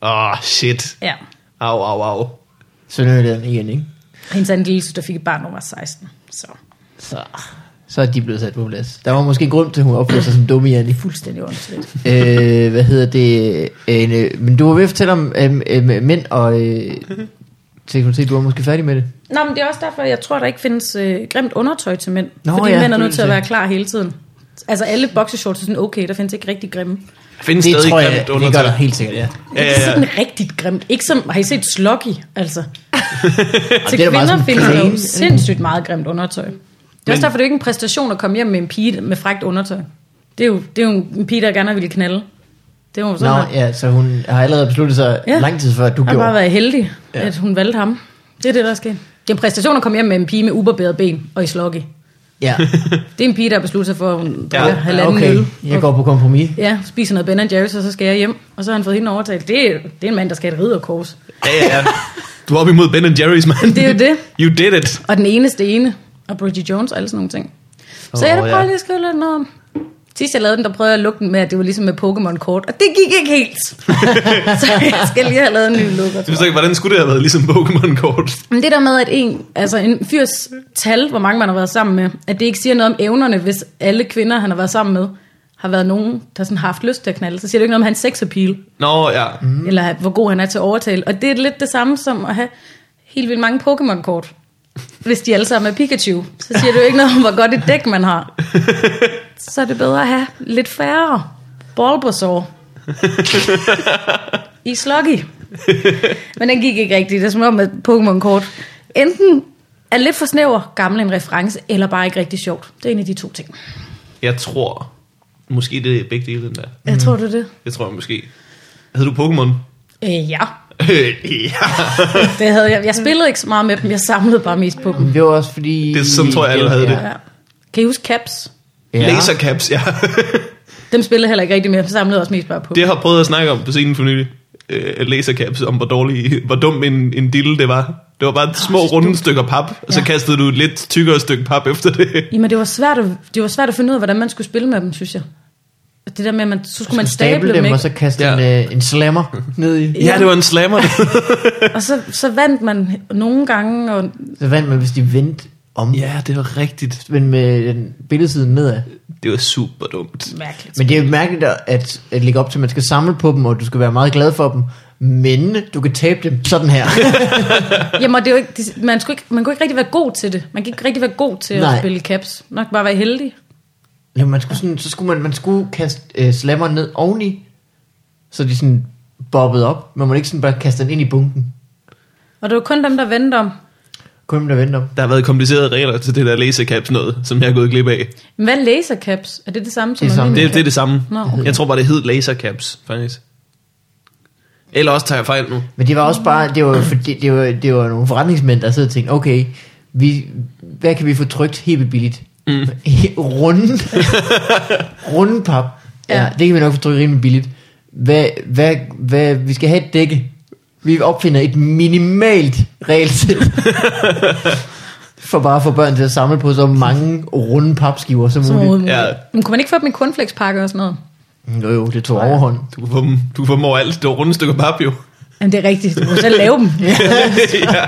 oh, shit. Ja. Au, au, au. Sønderjylland igen, ikke? Hendes anden lille søster fik et barn, når hun var 16. Så Så, så er de blevet sat på plads. Der var måske en grund til, at hun opførte sig som dumme Janni. fuldstændig åndssvigt. øh, hvad hedder det? Øh, øh, men du var ved at fortælle om øh, øh, mænd og øh, seksualitet. Du var måske færdig med det. Nå, men det er også derfor, jeg tror, der ikke findes øh, grimt undertøj til mænd. Nå, Nå, fordi ja, ja, mænd er nødt det til at er det. være klar hele tiden. Altså alle boxershorts er sådan, okay, der findes ikke rigtig grimme. Der findes Det stadig tror jeg, grimt det gør undertøj. der helt sikkert, ja. Ja, Ja, ja. Ikke ja. sådan rigtigt grimt. Ikke som, har I set Sluggy, *laughs* altså? Til det er da bare kvinder sådan findes der plain. jo sindssygt meget grimt undertøj. Det er Men- også derfor, det er jo ikke en præstation at komme hjem med en pige med frækt undertøj. Det er jo, det er jo en pige, der gerne ville knalde. Det er jo sådan, Nå, at, ja, så hun har allerede besluttet sig ja. Ja. lang tid før, at du han har gjorde. bare været heldig, Ja. ja. at hun valgte ham. Det er det, der er sket. Det er en præstation at komme hjem med en pige med uberbærede ben og i Sluggy. Ja, Det er en pige, der har besluttet sig for, at hun Ja. drikker ja. halvanden okay. øl. Jeg og- går på kompromis. Ja, spiser noget Ben Jerry's, og så skal jeg hjem. Og så har han fået hende overtalt. Det er, det er en mand, der skal have et ridderkors. Ja, ja, ja. Du er op imod Ben Jerry's, mand. *laughs* Det er jo det. You did it. Og den eneste ene, og Bridget Jones og alle sådan nogle ting. Så jeg Åh, der prøver ja. lige at skrive lidt noget om. Sidst jeg lavede den, der prøvede jeg at lukke den med, at det var ligesom med Pokémon-kort. Og det gik ikke helt. *laughs* så jeg skal lige have lavet en ny lukker. Jeg ikke, hvordan skulle det have været ligesom Pokémon-kort? Men det der med, at en, altså en fyrs tal, hvor mange man har været sammen med, at det ikke siger noget om evnerne, hvis alle kvinder, han har været sammen med, har været nogen, der sådan har haft lyst til at knalde. Så siger det ikke noget om hans sexappeal. Nå, ja. mm. eller hvor god han er til at overtale. Og det er lidt det samme som at have helt vildt mange Pokémon-kort. Hvis de alle sammen er Pikachu, så siger du ikke noget om, hvor godt et dæk man har. Så er det bedre at have lidt færre Bulbasaur i Sluggy. Men den gik ikke rigtigt. Det er som om, at Pokémon-kort enten er lidt for snæver, gammel en reference, eller bare ikke rigtig sjovt. Det er en af de to ting. Jeg tror, måske det er begge dele den der. Jeg tror du det? Jeg tror måske. Havde du Pokémon? Øh, ja, *laughs* ja. det havde jeg. Jeg spillede ikke så meget med dem, jeg samlede bare mest på dem. Men Det var også fordi... Det er sådan, tror jeg, alle havde det. Ja. Kan I huske caps? Ja. Lasercaps, ja. *laughs* Dem spillede jeg heller ikke rigtig mere, jeg samlede også mest bare på. Det jeg har prøvet at snakke om på scenen for nylig. Øh, lasercaps, om hvor dårlig, hvor dum en, en dille det var. Det var bare små runde stykker pap, og så Ja. kastede du et lidt tykkere stykke pap efter det. Jamen, det var, svært at, det var svært at finde ud af, hvordan man skulle spille med dem, synes jeg. Og Det der med, at man, så skulle man stable dem, og ikke? så kaste Ja. en, øh, en *laughs* slammer ned i. Ja, det var en *laughs* slammer. Og så, så vandt man nogle gange, og Så vandt man, hvis de vendte om. ja, det var rigtigt. Men med den billedsiden nedad. Det var super dumt. mærkeligt. Men det er jo mærkeligt at, at lægge op til, at man skal samle på dem, og du skal være meget glad for dem. Men du kan tabe dem sådan her. Jamen, og det er jo ikke, det, man, skulle ikke, man kunne ikke rigtig være god til det. Man kan ikke rigtig være god til Nej. Nej. at spille caps. Nok bare være heldig. Jamen, man skulle sådan, så skulle man, man skulle kaste øh, slammer ned oveni, så de sådan bobbede op. Man må ikke sådan bare kaste den ind i bunken. Og det var kun dem, der vendte om. Kun dem, der venter om. Der har været komplicerede regler til det der lasercaps noget, som jeg er gået glip af. Men hvad er lasercaps? Er det det samme som Det er samme. Det, det er det samme. Nå, okay. Jeg tror bare, det hed lasercaps, faktisk. Eller også tager jeg fejl nu. Men det var også bare, det var, for det, det var, det var nogle forretningsmænd, der sad og tænkte, okay, vi, hvad kan vi få trygt helt vildt billigt? Mm. *laughs* Runde, runde pap. Ja. Ja. ja. det kan vi nok få trykt rimelig billigt. Hvad, hvad, hvad, vi skal have et dække. Vi opfinder et minimalt regelsæt. for bare at få børn til at samle på så mange runde papskiver som, Som som muligt. overhovedet Ja. muligt. Men kunne man ikke få dem i cornflakespakker og sådan noget? Jo jo, det tog overhånd. Du kan få dem, du kan få dem overalt. Det var runde stykker pap, *laughs* jo. Jamen, det er rigtigt. Du må selv lave dem. ja.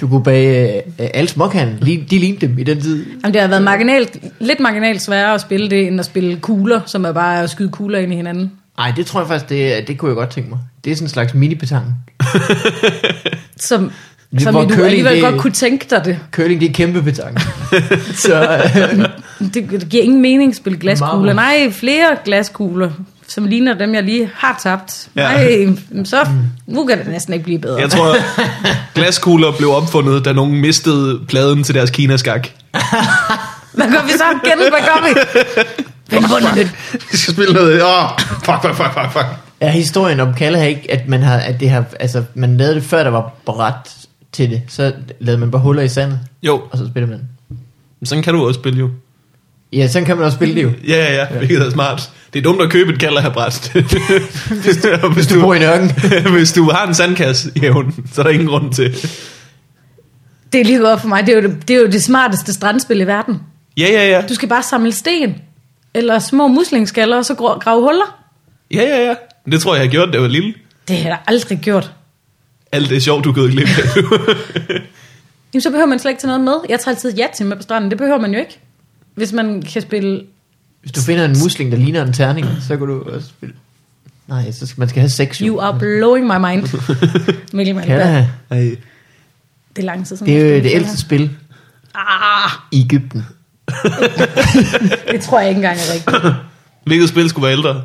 Du kunne bage øh, øh, alle småkanden. De lignede dem i den tid. Jamen, det har været marginalt, lidt marginalt sværere at spille det, end at spille kugler, som er bare at skyde kugler ind i hinanden. Nej, det tror jeg faktisk, det, det kunne jeg godt tænke mig. Det er sådan en slags mini-petang. Som, Det som var du curling, alligevel det- godt kunne tænke dig det. Curling, det er kæmpe *laughs* petang. så øh, det. Det giver ingen mening at spille glaskugler. Meget. Nej, flere glaskugler, som ligner dem, jeg lige har tabt. Ja. Ja. Nej, så nu kan det næsten ikke blive bedre. Jeg tror, glaskugler blev opfundet, da nogen mistede pladen til deres kinaskak. Hvad gør vi så? Gennem, hvad gør vi? Hvem vunder det? Vi skal spille noget. Åh, fuck, fuck, fuck, fuck, fuck. er historien om Kalle her ikke, at man har, at det har, altså, man lavede det før, der var bræt til det. Så lavede man bare huller i sandet, Jo, og så spiller man. sådan kan du også spille, jo. Ja, sådan kan man også spille det jo. Ja, ja, ja, hvilket er smart. Det er dumt at købe et kalderhabræt. *laughs* hvis, Hvis du bor i en ørken. *laughs* hvis du har en sandkasse i haven, så er der ingen grund til. Det er lige gået op for mig. Det er, jo det, det er jo det smarteste strandspil i verden. Ja, ja, ja. Du skal bare samle sten, eller små muslingskaller, og så gra- grave huller. Ja, ja, ja. Det tror jeg, jeg har gjort, da jeg var lille. Det har jeg da aldrig gjort. Alt det sjov, du er gået glip af. Jamen, så behøver man slet ikke tage noget med. Jeg tager altid ja til med på stranden. Det behøver man jo ikke. Hvis man kan spille... Hvis du finder en musling, der ligner en terning, så kan du også spille. Nej, så skal, man skal have seks jo. You are blowing my *laughs* mind. Mikkel Malmberg. Kalle her, *laughs* Ej. Det er lang tid siden. det er jeg jo det spillede det ældste spil Ah, i Ægypten. det tror jeg ikke engang er rigtigt. Hvilket spil skulle være ældre?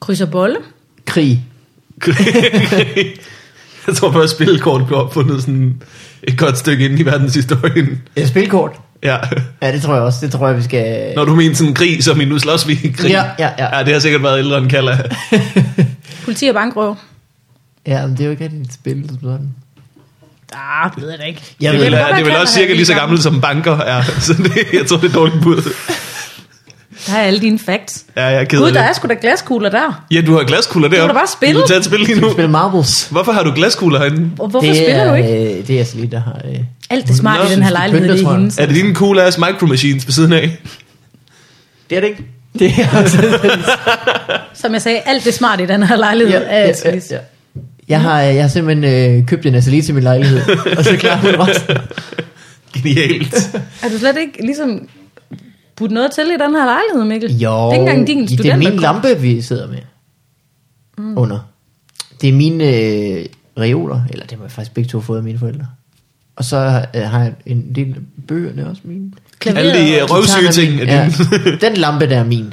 Krydser bolle. Krig. *laughs* jeg tror bare, at spillekort blev opfundet sådan et godt stykke ind i verdenshistorien. Ja, spilkort. *laughs* Ja. Ja, det tror jeg også. Det tror jeg, vi skal... Når du mener sådan en krig, så min nu slås vi i en krig. Ja, ja, ja. ja. det har sikkert været ældre end Kalla. *laughs* Politi og bankrøv. Ja, men det er jo ikke rigtig et spil, som sådan. Ah, det ved jeg da ikke. Jeg Det, ved vil, ikke, er, godt være, det er vel Kalla også cirka er lige så gammel som banker er. *laughs* Så det, jeg tror, det er et dårligt bud. Der er alle dine facts. Ja, jeg er ked af Gud, der det. er sgu da glaskugler der. Ja, du har glaskugler deroppe. da bare spille. Du kan tage et spil lige nu. Spil marbles. Hvorfor har du glaskugler herinde? Og hvorfor det spiller er, du ikke? Øh, det er altså lige, der har... Øh. Alt det smarte Nå, i den synes, her de lejlighed, pynter, det er tror jeg. hendes. Er det dine cool ass micro machines ved siden af? Det er det ikke. Det *laughs* er altså... Som jeg sagde, alt det smarte i den her lejlighed er altså lige- Jeg har, jeg har simpelthen øh, købt en Azalee til min lejlighed, og så klarer hun resten. Genialt. Er du slet ikke ligesom putt noget til i den her lejlighed, Mikkel? Jo, det er ikke engang din det er student. min lampe, vi sidder med mm. under. Det er mine øh, reoler, eller det har jeg faktisk begge to fået af mine forældre. Og så øh, har jeg en del af bøgerne også mine. Alle de uh, røvsyge ting. Er Ja, dine. den lampe der er min.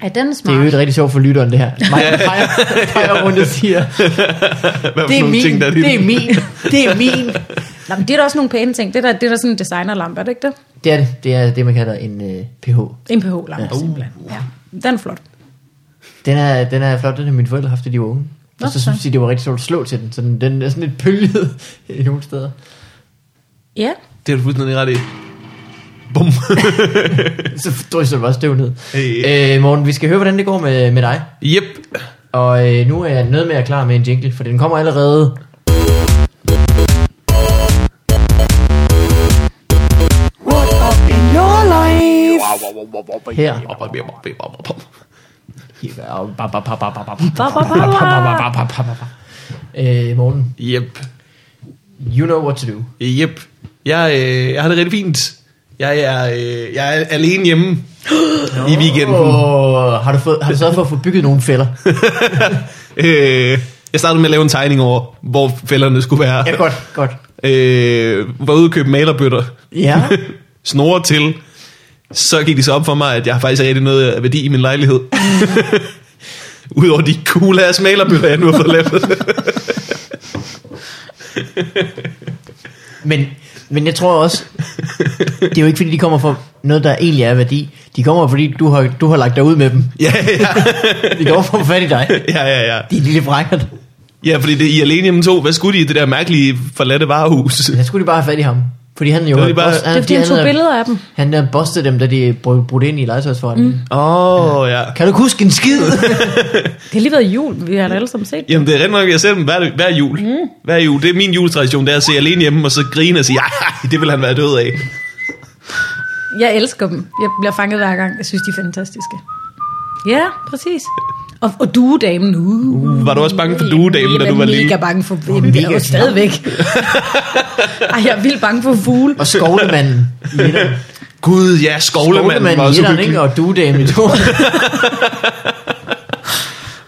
Er den Det er jo smart? et rigtig sjovt for lytteren, det *laughs* her. Mig, peger, peger rundt og siger, Hvad for det er nogle min, ting, der er dine? det er min, det er min. *laughs* Nå, men det er da også nogle pæne ting. Det er da, det er da sådan en designerlampe, er det ikke det? Det er det. Det er det, man kalder en øh, pH. En pH-lampe, Ja. ja. simpelthen. Uh. Ja. Den er flot. Den er, den er flot, den har mine forældre haft, da de var unge. Nå, og så synes så. de, det var rigtig sjovt at slå til den. Så den, den er sådan lidt pølget i *laughs* nogle steder. Ja. Det er du fuldstændig ret i. *laughs* Bum. Så drysser du bare støv ned. Hey. Øh, Morten, vi skal høre, hvordan det går med, med dig. Jep. Og øh, nu er jeg noget mere klar med en jingle, for den kommer allerede. Her. Ba, ba, ba, ba. Øh, Morten, Jep. you know what to do. Jep. Jeg, øh, jeg har det rigtig fint. Jeg er, øh, jeg er alene *gasps* hjemme i weekenden. Oh, har, du fået, har du sørget for at få bygget nogle fælder? *laughs* Øh, jeg startede med at lave en tegning over, hvor fælderne skulle være. Ja, godt, godt. Øh, var ude og købe malerbøtter. Ja. *laughs* Snore til. Så gik det så op for mig, at jeg har faktisk rigtig noget af værdi i min lejlighed. *laughs* Udover de cool ass malerbøtter, jeg nu har fået *laughs* lavet. Men, men jeg tror også, det er jo ikke fordi, de kommer fra noget, der egentlig er værdi. De kommer fordi, du har, du har lagt dig ud med dem. ja, ja, De kommer for at få fat i dig. ja, ja, ja. De er lille frækkert. Ja, fordi det, I er alene hjemme to. Hvad skulle de i det der mærkelige forladte varehus? Der skulle de bare have fat i ham. Fordi han jo... Det var de bare- boss- Det er fordi, han tog havde- billeder af dem. Han der bostede dem, da de brød brudt ind i legetøjsforretningen. Mm. Åh, oh, ja. Kan du ikke huske en skid? Det har lige været jul, vi har da alle sammen set. Jamen, det er rigtig nok, jeg ser dem hver, hver jul. Mm. Hver jul. Det er min juletradition, det er at se alene hjemme, og så grine og sige, "Ej, det vil han være død af. Jeg elsker dem. Jeg bliver fanget hver gang. Jeg synes, de er fantastiske. Ja, præcis. Og, og duedamen, uh. Uh, var du også bange for duedamen, da du var Jeg er lille? mega bange for dem. Jeg er mega jo *laughs* stadigvæk. Ej, jeg er vildt bange for fugle. og skovlemanden. *laughs* i etteren. Gud, ja, skovlemanden var Skovlemanden i også etteren, ikke? hyggelig. Og duedamen i to.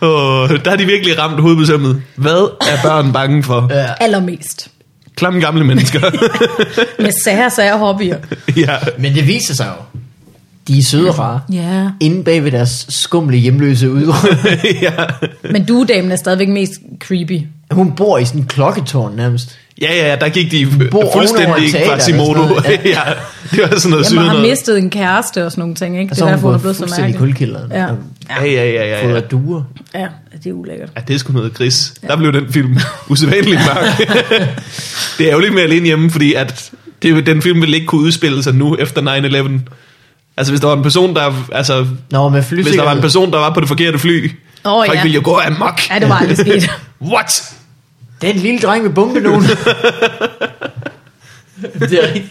Åh, der har de virkelig ramt hovedbesømmet. Hvad er børn bange for? ja. Allermest. Klamme gamle mennesker. *laughs* Med sager, sager hobbyer. ja. Men det viser sig jo. De er søde og rare. Ja. Inde bag ved deres skumle hjemløse udryk. ja. Men duedamen er stadigvæk mest creepy. Hun bor i sådan en klokketårn nærmest. ja, ja, ja, der gik de Bor ovenover et fuldstændig teater eller Quasimodo. sådan noget, *laughs* ja, det var sådan noget Jamen, syret har noget. mistet en kæreste og sådan nogle ting, ikke? Og Det så er er hun derfor, hun er gået blevet så fuldstændig i mærkelig. kuldkælderen. Ja. Og Ja, ja, ja, ja, ja. fodrer duer. Ja, det er ulækkert. Ja, det er sgu noget gris. Der blev den *laughs* film usædvanlig mørk. det er ærgerligt med alene hjemme, fordi at det, den film ville ikke kunne udspille sig nu efter 9-11. Altså hvis der var en person, der... Altså, Nå, hvis der var med en flysikkerhed. person, der var på det forkerte fly, Åh, folk ja. ville jo gå amok. Ja, det var aldrig *laughs* sket. What? Den lille dreng vil bombe *laughs* nogen. det er rigtigt.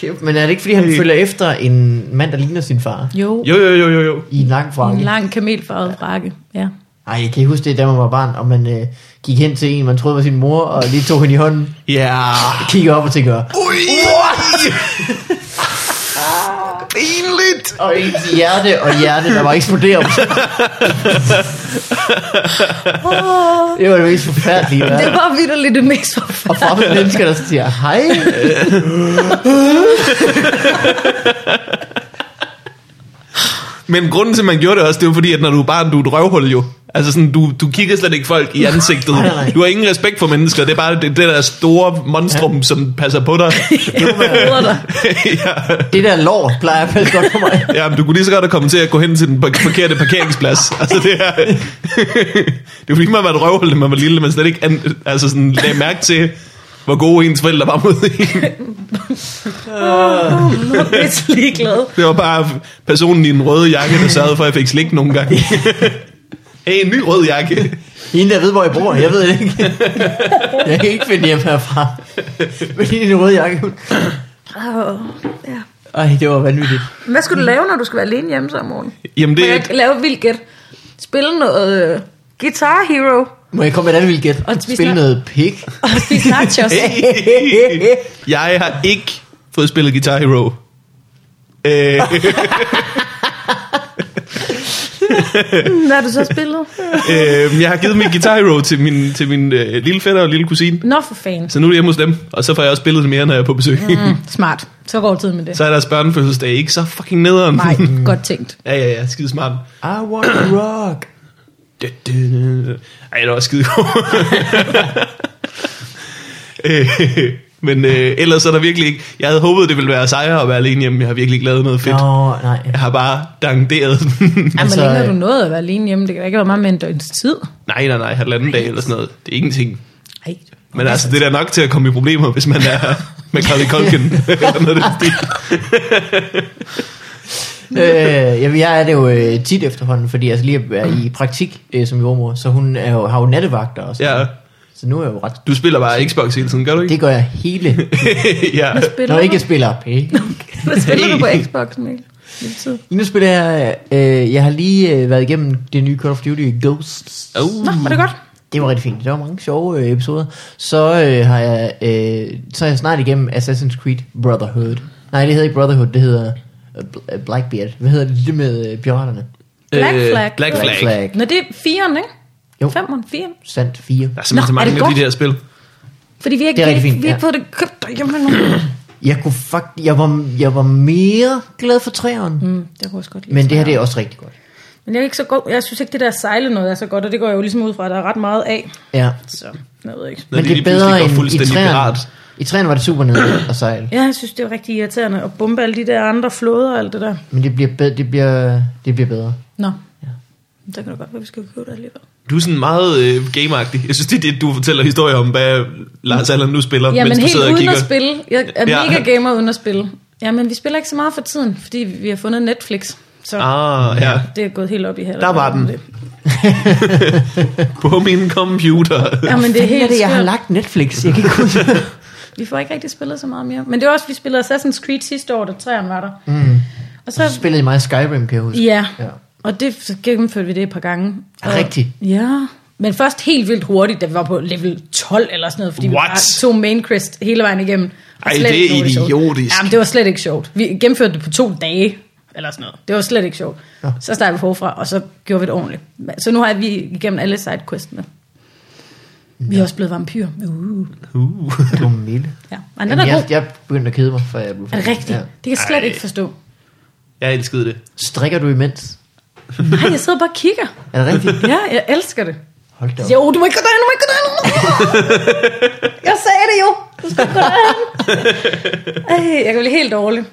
Kæft, men er det ikke, fordi han Hey. følger efter en mand, der ligner sin far? Jo, Jo, jo, jo, jo, jo. I en lang en frakke. lang kamelfarvet frakke. Ja. Ej, jeg kan huske det, da man var barn, og man øh, gik hen til en, man troede var sin mor, og lige tog hende i hånden, Ja. Yeah. kiggede op og tænkte, "Åh." Ui! Pinligt! og ens hjerte og hjerte, der var eksploderet. det var det mest forfærdelige. hva'? Det var vidderligt det mest Og forfærdelige. fremmede mennesker, der siger, hej. Men grunden til, at man gjorde det også, det var fordi, at når du er barn, du er et røvhul jo. Altså sådan, du, du kigger slet ikke folk i ansigtet. Nej, nej. Du har ingen respekt for mennesker. Det er bare det, det der store monstrum, ja. som passer på *laughs* dig. Fodrer dig. ja. Det der lår plejer at passe godt for mig. ja, men du kunne lige så godt have kommet til at gå hen til den park- forkerte parkeringsplads. Altså det er... *laughs* det er fordi, man var et røvhul, da man var lille, men slet ikke an, altså sådan, lagde mærke til, hvor gode ens forældre var mod en. Nu er jeg lidt ligeglad. Det var bare personen i en rød jakke, der sørgede for, at jeg fik slik nogle gange. hey, en ny rød jakke. Hende der ved, hvor jeg bor, jeg ved det ikke. Jeg kan ikke finde hjem herfra. Men hende i den røde jakke, hun... Åh, Ja. Ej, det var vanvittigt. Hvad skulle du lave, når du skal være alene hjemme så om morgenen? Jamen Må det er jeg et, lave et vildt gæt? Spille noget øh, Guitar *laughs* Hero Må jeg komme med et andet vildt gæt? Og spise Spille na- noget pik? og spise nachos. jeg har ikke fået spillet Guitar Hero. Øh, *laughs* Hvad har du så spillet? øh, jeg har givet min Guitar Hero til min, til min øh, lille fætter og lille kusine. Nå for fanden. Så nu er det hjemme hos dem, og så får jeg også spillet det mere, når jeg er på besøg. Mm. Smart. Så går tiden med *laughs* det. så er deres børnefødselsdag ikke så fucking nederen. *laughs* Nej, godt tænkt. *laughs* Ja, ja, ja, skide smart. I want to rock. Ej, det var skide god. *laughs* Øh, Men øh, ellers er der virkelig ikke... Jeg havde håbet, det ville være sejere at være alene hjemme. Jeg har virkelig ikke lavet noget fedt. No. Nå, nej. Jeg har bare dangderet. Jamen, Altså, altså, længere øh, du nåede at være alene hjemme. Det kan da ikke være meget med en døgns tid. *laughs* nej, nej, nej. Halvanden dag eller sådan noget. Det er ingenting. Ej. Men altså, det er da nok til at komme i problemer, hvis man er med Carly *laughs* Culkin. eller noget af den stil. øh, jamen, jeg er det jo øh, tit efterhånden, fordi altså lige at være i praktik øh, som jordmor, så hun er jo, har jo nattevagter og sådan Ja. noget. Så nu er jeg jo ret... Du spiller bare Xbox hele tiden, gør du ikke? Det gør jeg hele... *laughs* ja. Spiller Når du? ikke *laughs* jeg spiller pæ. Hvad spiller du på Hey. Xbox, Mikkel? Hele tiden. Nu spiller jeg... Øh, jeg har lige øh, været igennem det nye Call of Duty Ghosts. Oh. Nå, var det godt? Det var rigtig fint. Der var mange sjove øh, episoder. Så, øh, har jeg, øh, så er jeg snart igennem Assassin's Creed Brotherhood. Nej, det hedder ikke Brotherhood, det hedder øh, Bl- øh, Blackbeard. Hvad hedder det, det med øh, piraterne? Black Øh, Flag. Black Black Flag. Flag. Nå, det er firen, ikke? Jo. Jo. Femmeren, firen. Sandt 4. Der er simpelthen Nå, så er mange det af godt? de der spil. Fordi vi har Det ikke, er vi, rigtig vi, fint, vi har ja. ikke fået det købt derhjemme *clears throat* nu. Jeg kunne fuck, jeg var, jeg var mere glad for træeren. Mm. mm, det kunne jeg også godt lide. Men det her, det er også rigtig godt. Men jeg, er ikke så god. jeg synes ikke, det der sejle noget er så godt, og det går jeg jo ligesom ud fra, at der er ret meget af. Ja. Så, jeg ved ikke. Når de lige pludselig går fuldstændig pirat. I træeren var det super nede og sejle. Ja, jeg synes, det er rigtig irriterende at bombe alle de der andre floder og alt det der. Men det bliver, bedre, det bliver, det bliver bedre. Nå. Ja. Der kan da godt være, vi skal købe det alligevel. Du er sådan meget øh, gameagtig. Jeg synes, det er det, du fortæller historier om, hvad Lars Allan nu spiller, Ja, men mens du helt sidder og uden kigger. at spille. Jeg er Ja. mega gamer uden at spille. Ja, men vi spiller ikke så meget for tiden, fordi vi har fundet Netflix. Så Ah, ja. det er gået helt op i her. Der var den. På min computer. *laughs* Ja, men det er Hvad helt det, jeg har skørt. lagt Netflix? Jeg kan ikke huske. Vi får ikke rigtig spillet så meget mere. Men det var også, vi spillede Assassin's Creed sidste år, da træerne var der. Mm. Og så, Så spillede I meget Skyrim, kan jeg huske. ja, Ja. ja. Og det så gennemførte vi det et par gange. Og, Rigtigt. Ja. Men først helt vildt hurtigt, da vi var på level 12 eller sådan noget, fordi What? vi bare tog main quest hele vejen igennem. Og Ej, slet det er ikke noget, var sjovt. idiotisk. Jamen, det var slet ikke sjovt. Vi gennemførte det på to dage, eller sådan noget. Det var slet ikke sjovt. Ja. Så startede vi forfra, og så gjorde vi det ordentligt. Så nu har vi igennem alle sidequestene. Vi er også blevet vampyr. Uh. Uh. Du milde. Ja. Ej, den er Jamen, god. jeg, jeg begyndte at kede mig, før jeg blev Er det færdig. rigtigt? Ja. Det kan jeg slet Ej. Ej. ikke forstå. Jeg elskede det. Strikker du imens? Nej, jeg sidder bare og kigger. Er det *laughs* rigtigt? Ja, jeg elsker det. Hold da op. Jo, du må ikke gå derhen, du må ikke gå *laughs* derhen. Jeg sagde det jo. Du skal ikke gå derhen. Ej, jeg kan blive helt dårlig.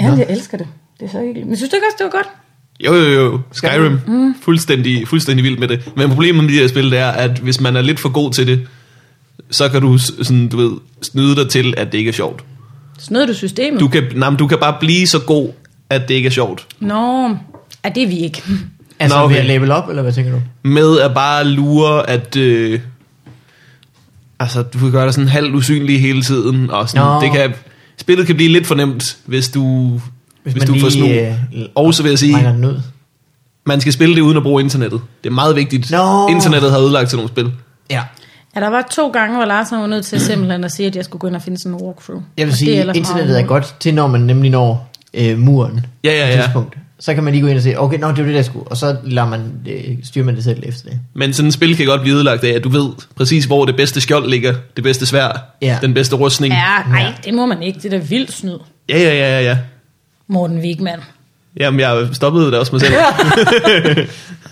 Ja, jeg elsker det. Det er så hyggeligt. Men synes du ikke også, det var godt? Jo, jo, jo. Skyrim. Mm. Fuldstændig, fuldstændig vild med det. Men problemet med de her spil, det er, at hvis man er lidt for god til det, så kan du, s- sådan, du ved, snyde dig til, at det ikke er sjovt. Snød du systemet? Du Du. kan, nej, men du kan bare blive så god, at det ikke er sjovt. Nå, ja, det er vi ikke. Altså Nå, Nå, okay. okay. ved at label op, eller hvad tænker du? med at bare lure, at øh, altså, du kan gøre dig sådan halvt usynlig hele tiden, og sådan, Nå. det kan, spillet kan blive lidt for nemt, hvis du, hvis, hvis man du får snu. lige, øh, og så vil jeg Regner sige, den ud. man skal spille det uden at bruge internettet. Det er meget vigtigt. Nå. Internettet har ødelagt til nogle spil. Ja. Ja, der var to gange, hvor Lars han var nødt til simpelthen at sige, at jeg skulle gå ind og finde sådan en walkthrough. Jeg vil Og det sige, ellers meget internettet er umuligt. godt til, når man nemlig når øh, muren. Ja, ja, på et ja. Tidspunkt. Så kan man lige gå ind og se, okay, nå, det var det, der skulle. Og så lader man, øh, styrer man det selv efter det. Men sådan et spil kan godt blive ødelagt af, at du ved præcis, hvor det bedste skjold ligger, det bedste svær, Ja. den bedste rustning. Ja, nej, det må man ikke. Det er da vildt snyd, ja, ja, ja. ja, ja. Morten Wigman. Jamen, jeg stoppede det også *laughs* mig selv.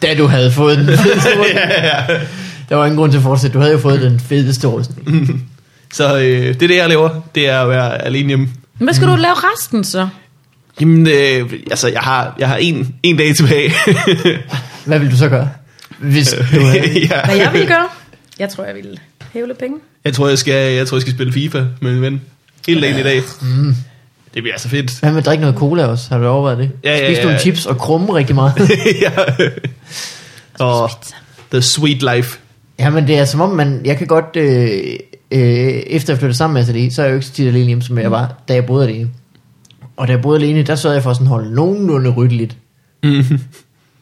Da du havde fået *laughs* den fedeste rustning. Der var ingen grund til at fortsætte. Du havde jo fået den fedeste rustning. Så øh, det er det, jeg laver. Det er at være alene hjemme. Men hvad skal mm. du lave resten så? Jamen, øh, altså, jeg har, jeg har en, en dag tilbage. Hvad vil du så gøre? Hvis du havde... *laughs* ja. Hvad *laughs* jeg ville gøre? Jeg tror, jeg ville hæve lidt penge. Jeg tror, jeg skal, jeg tror, jeg skal spille FIFA med min ven. Hele dagen i dag. Det bliver altså *laughs* fedt. Hvad med at drikke noget cola også? Har du overvejet det? Ja, ja, Spiste ja. nogle chips og krumme rigtig meget? ja. Og the sweet life. Jamen det er som om man, jeg kan godt, øh, øh, efter jeg flyttede sammen med SAD, så er jeg jo ikke så tit alene hjemme, som jeg var, da jeg boede alene. Og da jeg boede alene, der sørgede jeg for sådan at holde nogenlunde ryddeligt. Mhm.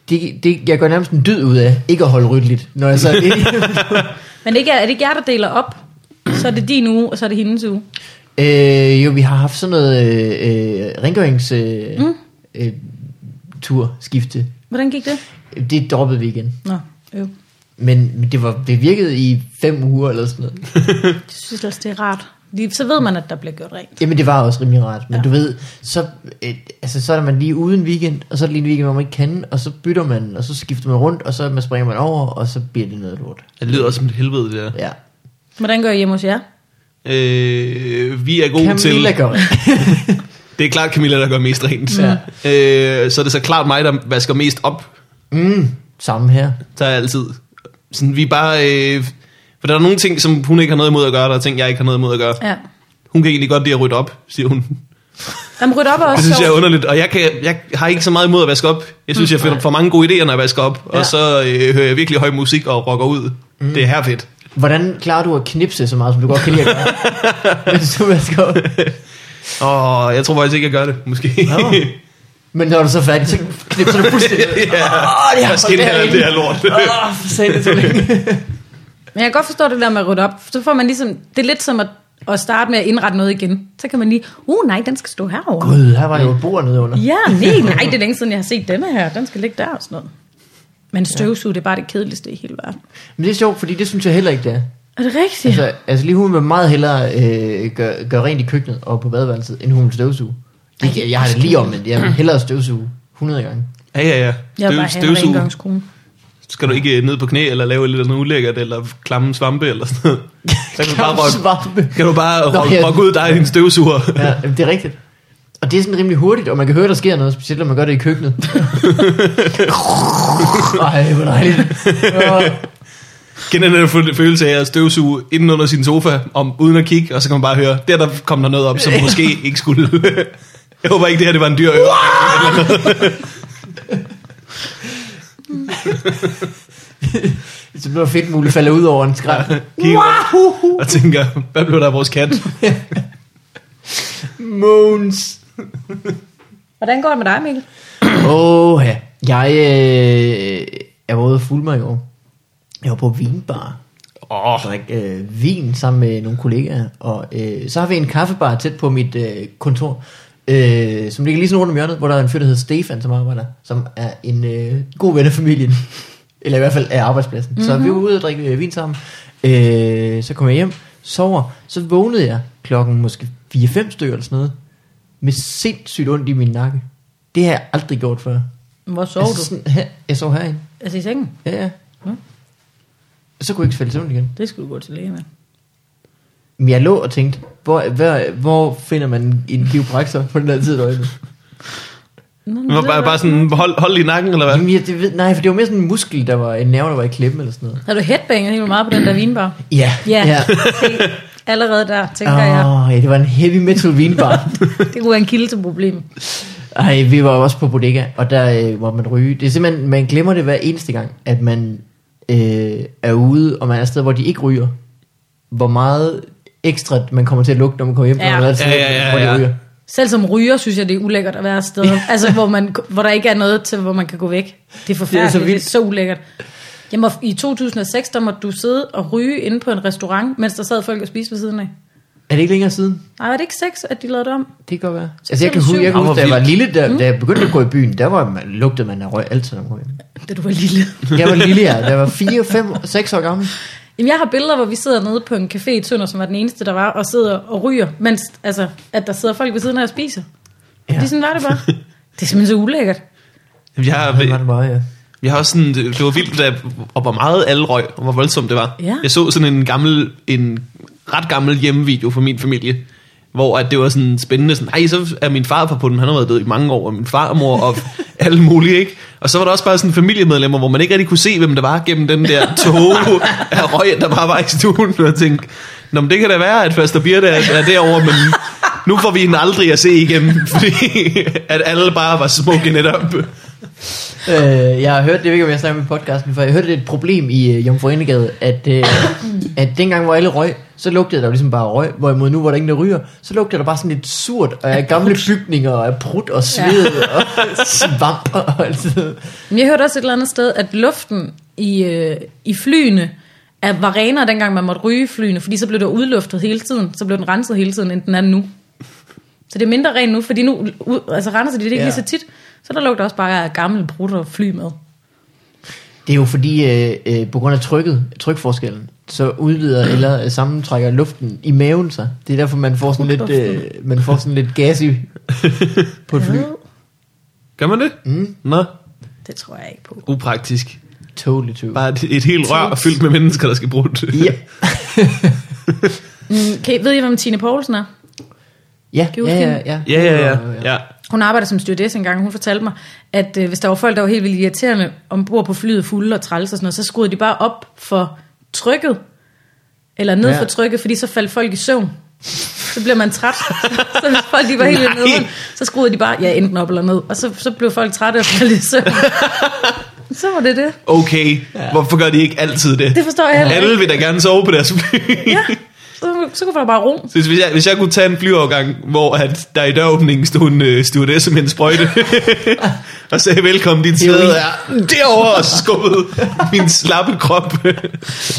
Det, det, jeg gør nærmest en dyd ud af, ikke at holde ryddeligt, når jeg så er alene. Men det er, ikke- er det ikke jer, der deler op? Så er det din uge, og så er det hendes uge. øh, jo, vi har haft sådan noget øh, øh, rengørings øh, mm. øh, tur, skifte. Hvordan gik det? Det droppede vi igen. Nå, øv. Men men det, var, det virkede i fem uger eller sådan noget. Jeg synes ellers, det er rart. Lige- Så ved man, at der bliver gjort rent. Jamen det var også rimelig rart, men ja. Ja. du ved, så, øh, altså, så er man lige uden weekend, og så er det lige en weekend, hvor man ikke kan, og så bytter man, og så skifter man rundt, og så man springer man over, og så bliver det noget lort. Det lyder også som et helvede, det der. Ja. Hvordan gør I hjemme hos jer? Øh, vi er gode Camilla til... gør det. Det er klart Camilla, der gør mest rent. Ja. Øh, så er det så klart mig, der vasker mest op, Mm, samme her. tager jeg altid. Sådan, vi er bare... Øh, for der er nogle ting, som hun ikke har noget imod at gøre, der er ting, jeg ikke har noget imod at gøre. Ja. Hun kan egentlig godt lide at rydde op, siger hun. Jamen, rydde op er Det også synes jeg er sjovt. underligt, og jeg, kan, jeg har ikke så meget imod at vaske op. Jeg synes, jeg finder for mange gode idéer, når jeg vasker op, Ja. og så øh, hører jeg virkelig høj musik og rocker ud. Mm. Det er her fedt. Hvordan klarer du at knipse så meget, som du godt kan lide at gøre? *laughs* Mens du vasker op? Og jeg tror faktisk ikke, jeg gør det, måske. *laughs* Nå. Men når du så er færdig, så knipser du fuldstændig. Ja. Åh, det har Hvad skete her? Det er lort. Åh, for sagde det så længe. Men jeg kan godt forstå det der med at rydde op. Så får man ligesom, det er lidt som at, at starte med at indrette noget igen. Så kan man lige, uh nej, den skal stå herovre. Gud, her var jo et bord nede under. Ja, nej, nej, det er længe siden, jeg har set denne her. Den skal ligge der og sådan noget. Men støvsug, det er bare det kedeligste i hele verden. Men det er sjovt, fordi det synes jeg heller ikke, det er. Er det rigtigt? Altså, altså lige hun vil meget hellere øh, gøre, gøre rent i køkkenet og på badeværelset, end hun vil støvsuge. Det, jeg, jeg har det lige om, men jeg vil hellere støvsuge 100 gange. *laughs* Ja, ja, ja. jeg vil bare have en Støvsug. rengøringskone. Skal du ikke øh, ned på knæ, eller lave et eller andet ulækkert, eller klamme svampe, eller sådan *laughs* noget? Så kan du bare rokke, Svampe. kan du bare Nå, rokke, ja. rokke ud dig i din *laughs* støvsuger. Ja, jamen, det er rigtigt. Og det er sådan rimelig hurtigt, og man kan høre, der sker noget, specielt når man gør det i *laughs* køkkenet. Ej, hvor dejligt. Ja. Kender den der føl- følelse af at støvsuge inden under sin sofa, om, uden at kigge, og så kan man bare høre, der der kom der noget op, som måske ikke skulle. *laughs* Jeg håber ikke, det her det var en dyr øvelse. Så bliver fedt muligt falder ud over en skræm. Kigger rundt og tænker, hvad blev der af vores *laughs* kat? Måns. Hvordan går det med dig, Mikkel? *clears throat* Åh, ja. Jeg øh, er både fuld mig i år. Jeg var på vinbar. Åh, og drikke øh, vin sammen med nogle kollegaer. Og øh, så har vi en kaffebar tæt på mit øh, kontor, øh, som ligger lige sådan rundt om hjørnet, hvor der er en fyr, der hedder Stefan, som arbejder, som er en øh, god ven af familien. Eller i hvert fald af arbejdspladsen. Mm-hmm. Så vi var ude og drikke øh, vin sammen. Øh, så kom jeg hjem, sover. Så vågnede jeg klokken måske 4-5 stykker eller sådan noget, med sindssygt ondt i min nakke. Det har jeg aldrig gjort før. Hvor sov altså, du? Sådan, her, jeg sov herinde. Altså i sengen? Ja, ja. Nå. Så kunne jeg ikke falde i søvn igen. Det skulle du gå til læge med. Men jeg lå og tænkte, hvor, hvor, hvor finder man en kiropraktor på den her tid? Derinde? Nå, det var bare, bare sådan, hold, hold i nakken, eller hvad? Jamen, jeg, det ved, nej, for det var mere sådan en muskel, der var en nerve, der var i klemme eller sådan noget. Har du headbanger helt vildt meget på den der vinbar? Ja. Ja. ja. Se, Allerede der, tænker jeg. Åh, ja, det var en heavy metal vinbar. Det kunne være en kilde til problemet. Ej, vi var jo også på bodega, og der øh, måtte man ryge. Det er simpelthen, man glemmer det hver eneste gang, at man øh, er ude, og man er et sted, hvor de ikke ryger. Hvor meget ekstra man kommer til at lugte, når man kommer hjem, Ja. når man er et sted, Ja, ja, ja, hvor de ja. ryger. Selv som ryger, synes jeg, det er ulækkert at være afsted. altså, hvor, man, hvor der ikke er noget til, hvor man kan gå væk. Det er forfærdeligt. Det er, vildt. så ulækkert. Jeg må, I 2006, der måtte du sidde og ryge inde på en restaurant, mens der sad folk og spiste ved siden af. Er det ikke længere siden? Nej, var det ikke sex, at de lavede det om? Det kan godt være. Altså, jeg Selv kan huske, jeg kan syv. huske, da jeg var Åh, hvor lille, da, da jeg begyndte at gå i byen, der var, man, lugtede man af røg altid, når man kom hjem. Da du var lille. Jeg var lille, ja. Jeg var 4, 5, 6 år gammel. Jamen, jeg har billeder, hvor vi sidder nede på en café i Tønder, som var den eneste, der var, og sidder og ryger, mens altså, at der sidder folk ved siden af og spiser. Ja. Det er sådan var det bare. Det er simpelthen så ulækkert. Jeg Det var har, den meget, ja. Jeg har også sådan, det, det var vildt, da, og hvor meget alle røg, og hvor voldsomt det var. Ja. Jeg så sådan en gammel, en ret gammel hjemmevideo fra min familie, hvor at det var sådan spændende, sådan, ej, så er min far på på den, han har været død i mange år, og min farmor og alle mulige, ikke? Og så var der også bare sådan familiemedlemmer, hvor man ikke rigtig kunne se, hvem der var gennem den der tåge af røg, der bare var i stuen, og jeg tænkte, Nå, men det kan da være, at Faster Birte er, er derovre, men nu får vi den aldrig at se igen, *laughs* fordi at alle bare var smukke netop. Øh, jeg har hørt, det ved ikke, om jeg snakker med podcasten, for jeg hørte, det er et problem i øh, Jomfruindegade, at, øh, at dengang, hvor alle røg, så lugtede der jo ligesom bare af røg, hvorimod nu, hvor der ingen, der ryger, så lugtede der bare sådan lidt surt, og af gamle bygninger, og af prut og sved, og svamp, og alt sådan noget. Men jeg hørte også et eller andet sted, at luften i, øh, i flyene er, var renere, dengang man måtte ryge i flyene, fordi så blev det udluftet hele tiden, så blev den renset hele tiden, end den er nu. Så det er mindre ren nu, fordi nu u- altså, renser de det ikke Ja. ja. lige så tit, så der lugter også bare af gammel brud og flymad. Det er jo fordi, øh, øh, på grund af trykket, trykforskellen, så udvider eller øh, sammentrækker luften i maven sig. Det er derfor, man får sådan lidt, øh, man får sådan lidt gas i på et fly. Gør man det? Mm. Nå, Det tror jeg ikke på. upraktisk. Totally true. Bare et, et helt rør fyldt med mennesker, der skal bruge det. Ja. Mm, kan I, ved I, hvem Tine Poulsen er? Ja, Kan I ja, ja, huske hende? ja. Ja, ja, ja. ja. Hun arbejder som stewardess engang, hun fortalte mig, at øh, hvis der var folk, der var helt vildt irriterende ombord på flyet, fulde og træls og sådan noget, så skruede de bare op for trykket, eller ned Ja. ja. for trykket, fordi så faldt folk i søvn. Så bliver man *laughs* træt. så hvis folk de var helt vildt Nej. nede, så skruede de bare, ja, enten op eller ned, og så, så blev folk trætte og faldt i *laughs* søvn. så var det det. Okay, hvorfor gør de ikke altid det? Det forstår jeg heller Alle ikke. vil da gerne sove på deres fly. Ja, så, så kunne der bare ro. *laughs* Så hvis jeg, hvis jeg kunne tage en flyafgang, hvor at der i døråbningen stod en øh, stewardesse med en sprøjte, *laughs* og sagde, velkommen, dit sæde er derovre, og skubbede min slappe krop *laughs* ville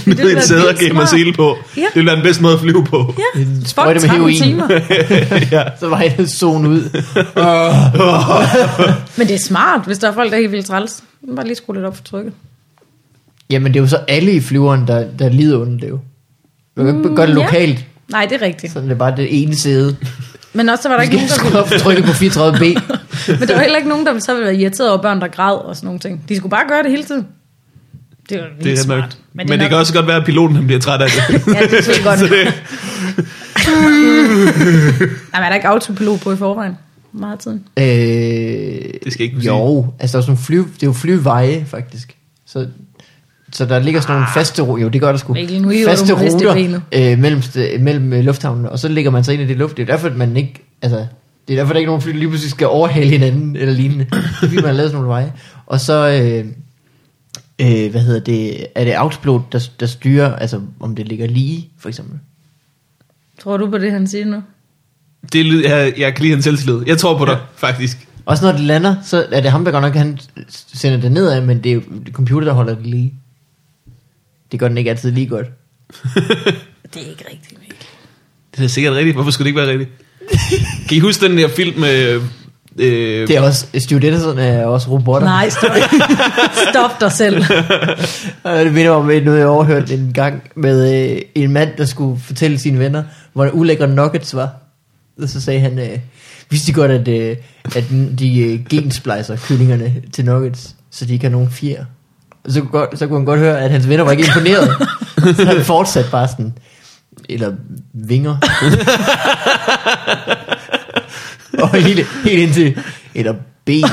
ned i være en sæde og vildt gav mig smart. sele på. Ja. Det ville være den bedste måde at flyve på. Ja, En Fuck, sprøjte med 13 heroin. *laughs* timer. Så var jeg zone ud. Men det er smart, hvis der er folk, der er helt vildt træls. Bare lige skrue lidt op for trykket. Jamen, det er jo så alle i flyveren, der, der lider under det jo. Du kan ikke gøre det Mm, ja. lokalt. Nej, det er rigtigt. Sådan det er bare det ene sæde. Men også så var der Du *laughs* ikke skal nogen, skrue der op og trykke på 34B. ville, men der var heller ikke nogen, der ville- så ville være irriteret over børn, der græd og sådan nogle ting. De skulle bare gøre det hele tiden. Det er jo Det vildt er smart. nok. Men det, men det kan også godt være, at piloten han bliver træt af det. *laughs* Ja, det er selvfølgelig godt. Så det, Nej, men er der ikke autopilot på i forvejen? Meget af tiden. Det øh, skal jeg ikke kunne Jo, altså der er sådan nogle fly, det er jo flyveje faktisk. Så, så der ligger sådan Ah. nogle faste ruter, jo det gør der sgu, Mikkel, nu hiver du faste mig vist i ruter benet. øh, mellem, st- mellem øh, lufthavnene, og så ligger man sig ind i det luft. Det er jo derfor, at man ikke, altså, det er derfor, der ikke er nogen fly, der lige pludselig skal overhale hinanden eller lignende. Det er fordi, man har lavet sådan nogle veje. Og så, øh, øh, hvad hedder det, er det autopilot, der, der styrer, altså om det ligger lige, for eksempel. Tror du på det, han siger nu? det lyd, jeg, jeg kan lide hans selvtillid. Jeg tror på dig, faktisk. Også når det lander, så er det ham, der godt nok, han sender det nedad, men det er jo computer, der holder det lige. Det gør den ikke altid lige godt. Det er ikke rigtigt, Mikkel. Det er sikkert rigtigt. Hvorfor skulle det ikke være rigtigt? Kan I huske den der film med... Øh, Det er også, studenterne er også robotter. Nej, *laughs* stop. stop dig selv. Og Det minder mig om noget, jeg overhørte en gang med øh, en mand, der skulle fortælle sine venner, hvor ulækre nuggets var. Og så sagde han, øh, vidste de godt, at, øh, at de øh, gensplejser kyllingerne til nuggets, så de ikke har nogen fjer. Og så, kunne godt, så kunne han godt høre, at hans venner var ikke imponeret. så han fortsatte bare sådan, eller vinger. Og helt, helt indtil, eller *laughs* ben.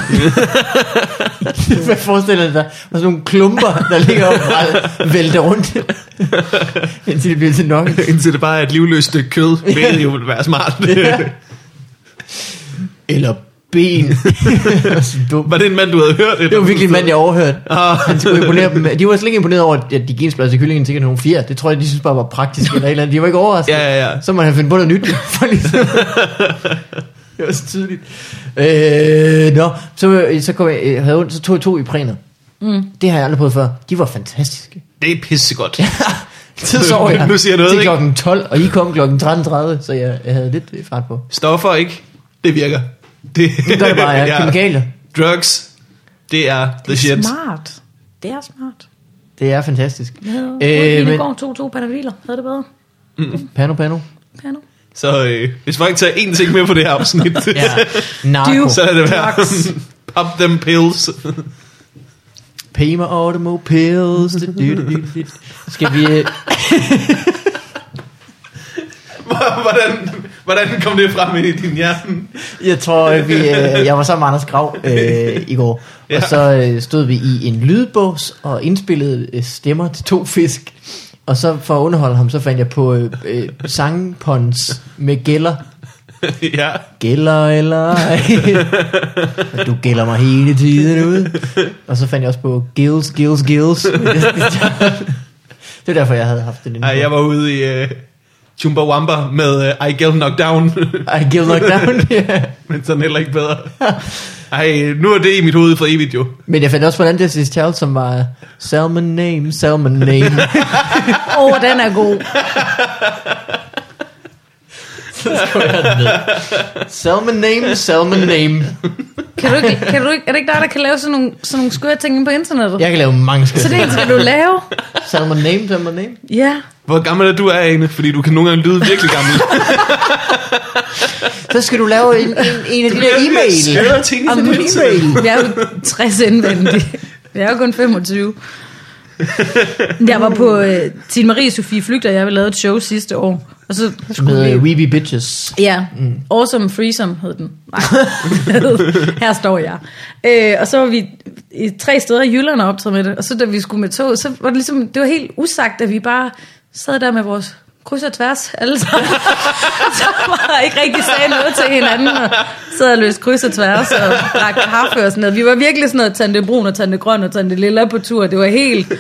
Hvad forestiller du dig? Og sådan nogle klumper, der ligger og bare vælter rundt. Indtil det bliver til nok. *laughs* indtil det bare er et livløst stykke kød, hvilket jo ville være smart. Ja. Eller ben. *laughs* Det var så *laughs* dumt. Var det en mand, du havde hørt? det var virkelig en mand, jeg overhørte. Ah. Han skulle imponere dem. De var slet ikke imponeret over, at de gensplejser kyllingen sikkert nogle fjer. Det tror jeg, de synes bare var praktisk eller et eller andet. De var ikke overrasket. Ja, ja, ja. Så må han finde på noget nyt. *laughs* For ligesom. det var så tydeligt. Øh, nå, så, så, kom jeg, jeg havde ondt, så tog jeg to i præner. Mm. Det har jeg aldrig prøvet før. De var fantastiske. Det er pissegodt. *laughs* så sov jeg Nu siger jeg noget, til ikke? klokken 12, og I kom klokken 13.30, så jeg, jeg havde lidt fart på. Stoffer, ikke? Det virker. Det, Nu *laughs* gør det bare, ja. kemikalier. Drugs, det er the shit. Smart. Det er smart. Det er fantastisk. Ja, øh, men- men... går to to panaviler. Havde det bedre? Pano, pano. Pano. Så øh, hvis folk tager én ting med på det her afsnit, Ja. Narko. Dyv. *laughs* så er det være Drugs. *laughs* pop them pills. Pay my automobile pills. Du, du, du, du. Skal vi... øh, hvordan, hvordan kom det frem ind i din hjerne? Jeg tror, at vi, øh, jeg var sammen med Anders Grav øh, i går, Ja. og så øh, stod vi i en lydbogs og indspillede øh, stemmer til to fisk. Og så for at underholde ham, så fandt jeg på øh, øh, sangpons med gælder. ja. Gælder eller *laughs* ej. Men Du gælder mig hele tiden ud. Og så fandt jeg også på gills, gills, *laughs* gills. Det er derfor, jeg havde haft det. Ej, jeg var ude i øh, Chumbawamba med øh, I Get Knocked Down. *laughs* I gill knockdown. ja. Men sådan heller ikke bedre. Ej, nu er det i mit hoved for evigt jo. *laughs* Men jeg fandt også på en anden Destiny's Child, som var Salmon name, Salmon name. Åh, oh, den er god. *laughs* Salmon name, Salmon name. Kan du ikke, kan du ikke, er det ikke dig, der kan lave sådan nogle, sådan nogle skøre ting inde på internettet? Jeg kan lave mange Så skønne. det skal du lave. Salmon name, Salmon name. Ja. Hvor gammel er du, Ane? Fordi du kan nogle gange lyde virkelig gammel. Så skal du lave en, en, en af de der e-mail. Skøre ting Om til *laughs* min hele tiden. Jeg er jo 60 indvendig. Jeg er jo kun 25. Jeg var på øh, Tine Marie Sofie Flygter, jeg lavede et show sidste år. Og så Med skulle øh, vi... Weeby Bitches. Ja, Awesome Freesome hed den. Nej, *laughs* den hed her står jeg. Øh, og så var vi i tre steder i Jylland og optræde med det. Og så da vi skulle med tog, så var det ligesom, det var helt usagt, at vi bare sad der med vores kryds og tværs alle sammen. *laughs* så var ikke rigtig sagde noget til hinanden. Og sad og løste kryds og tværs og drak kaffe og sådan noget. Vi var virkelig sådan noget tante brun og tante grøn og tante lilla på tur. Det var *laughs* helt...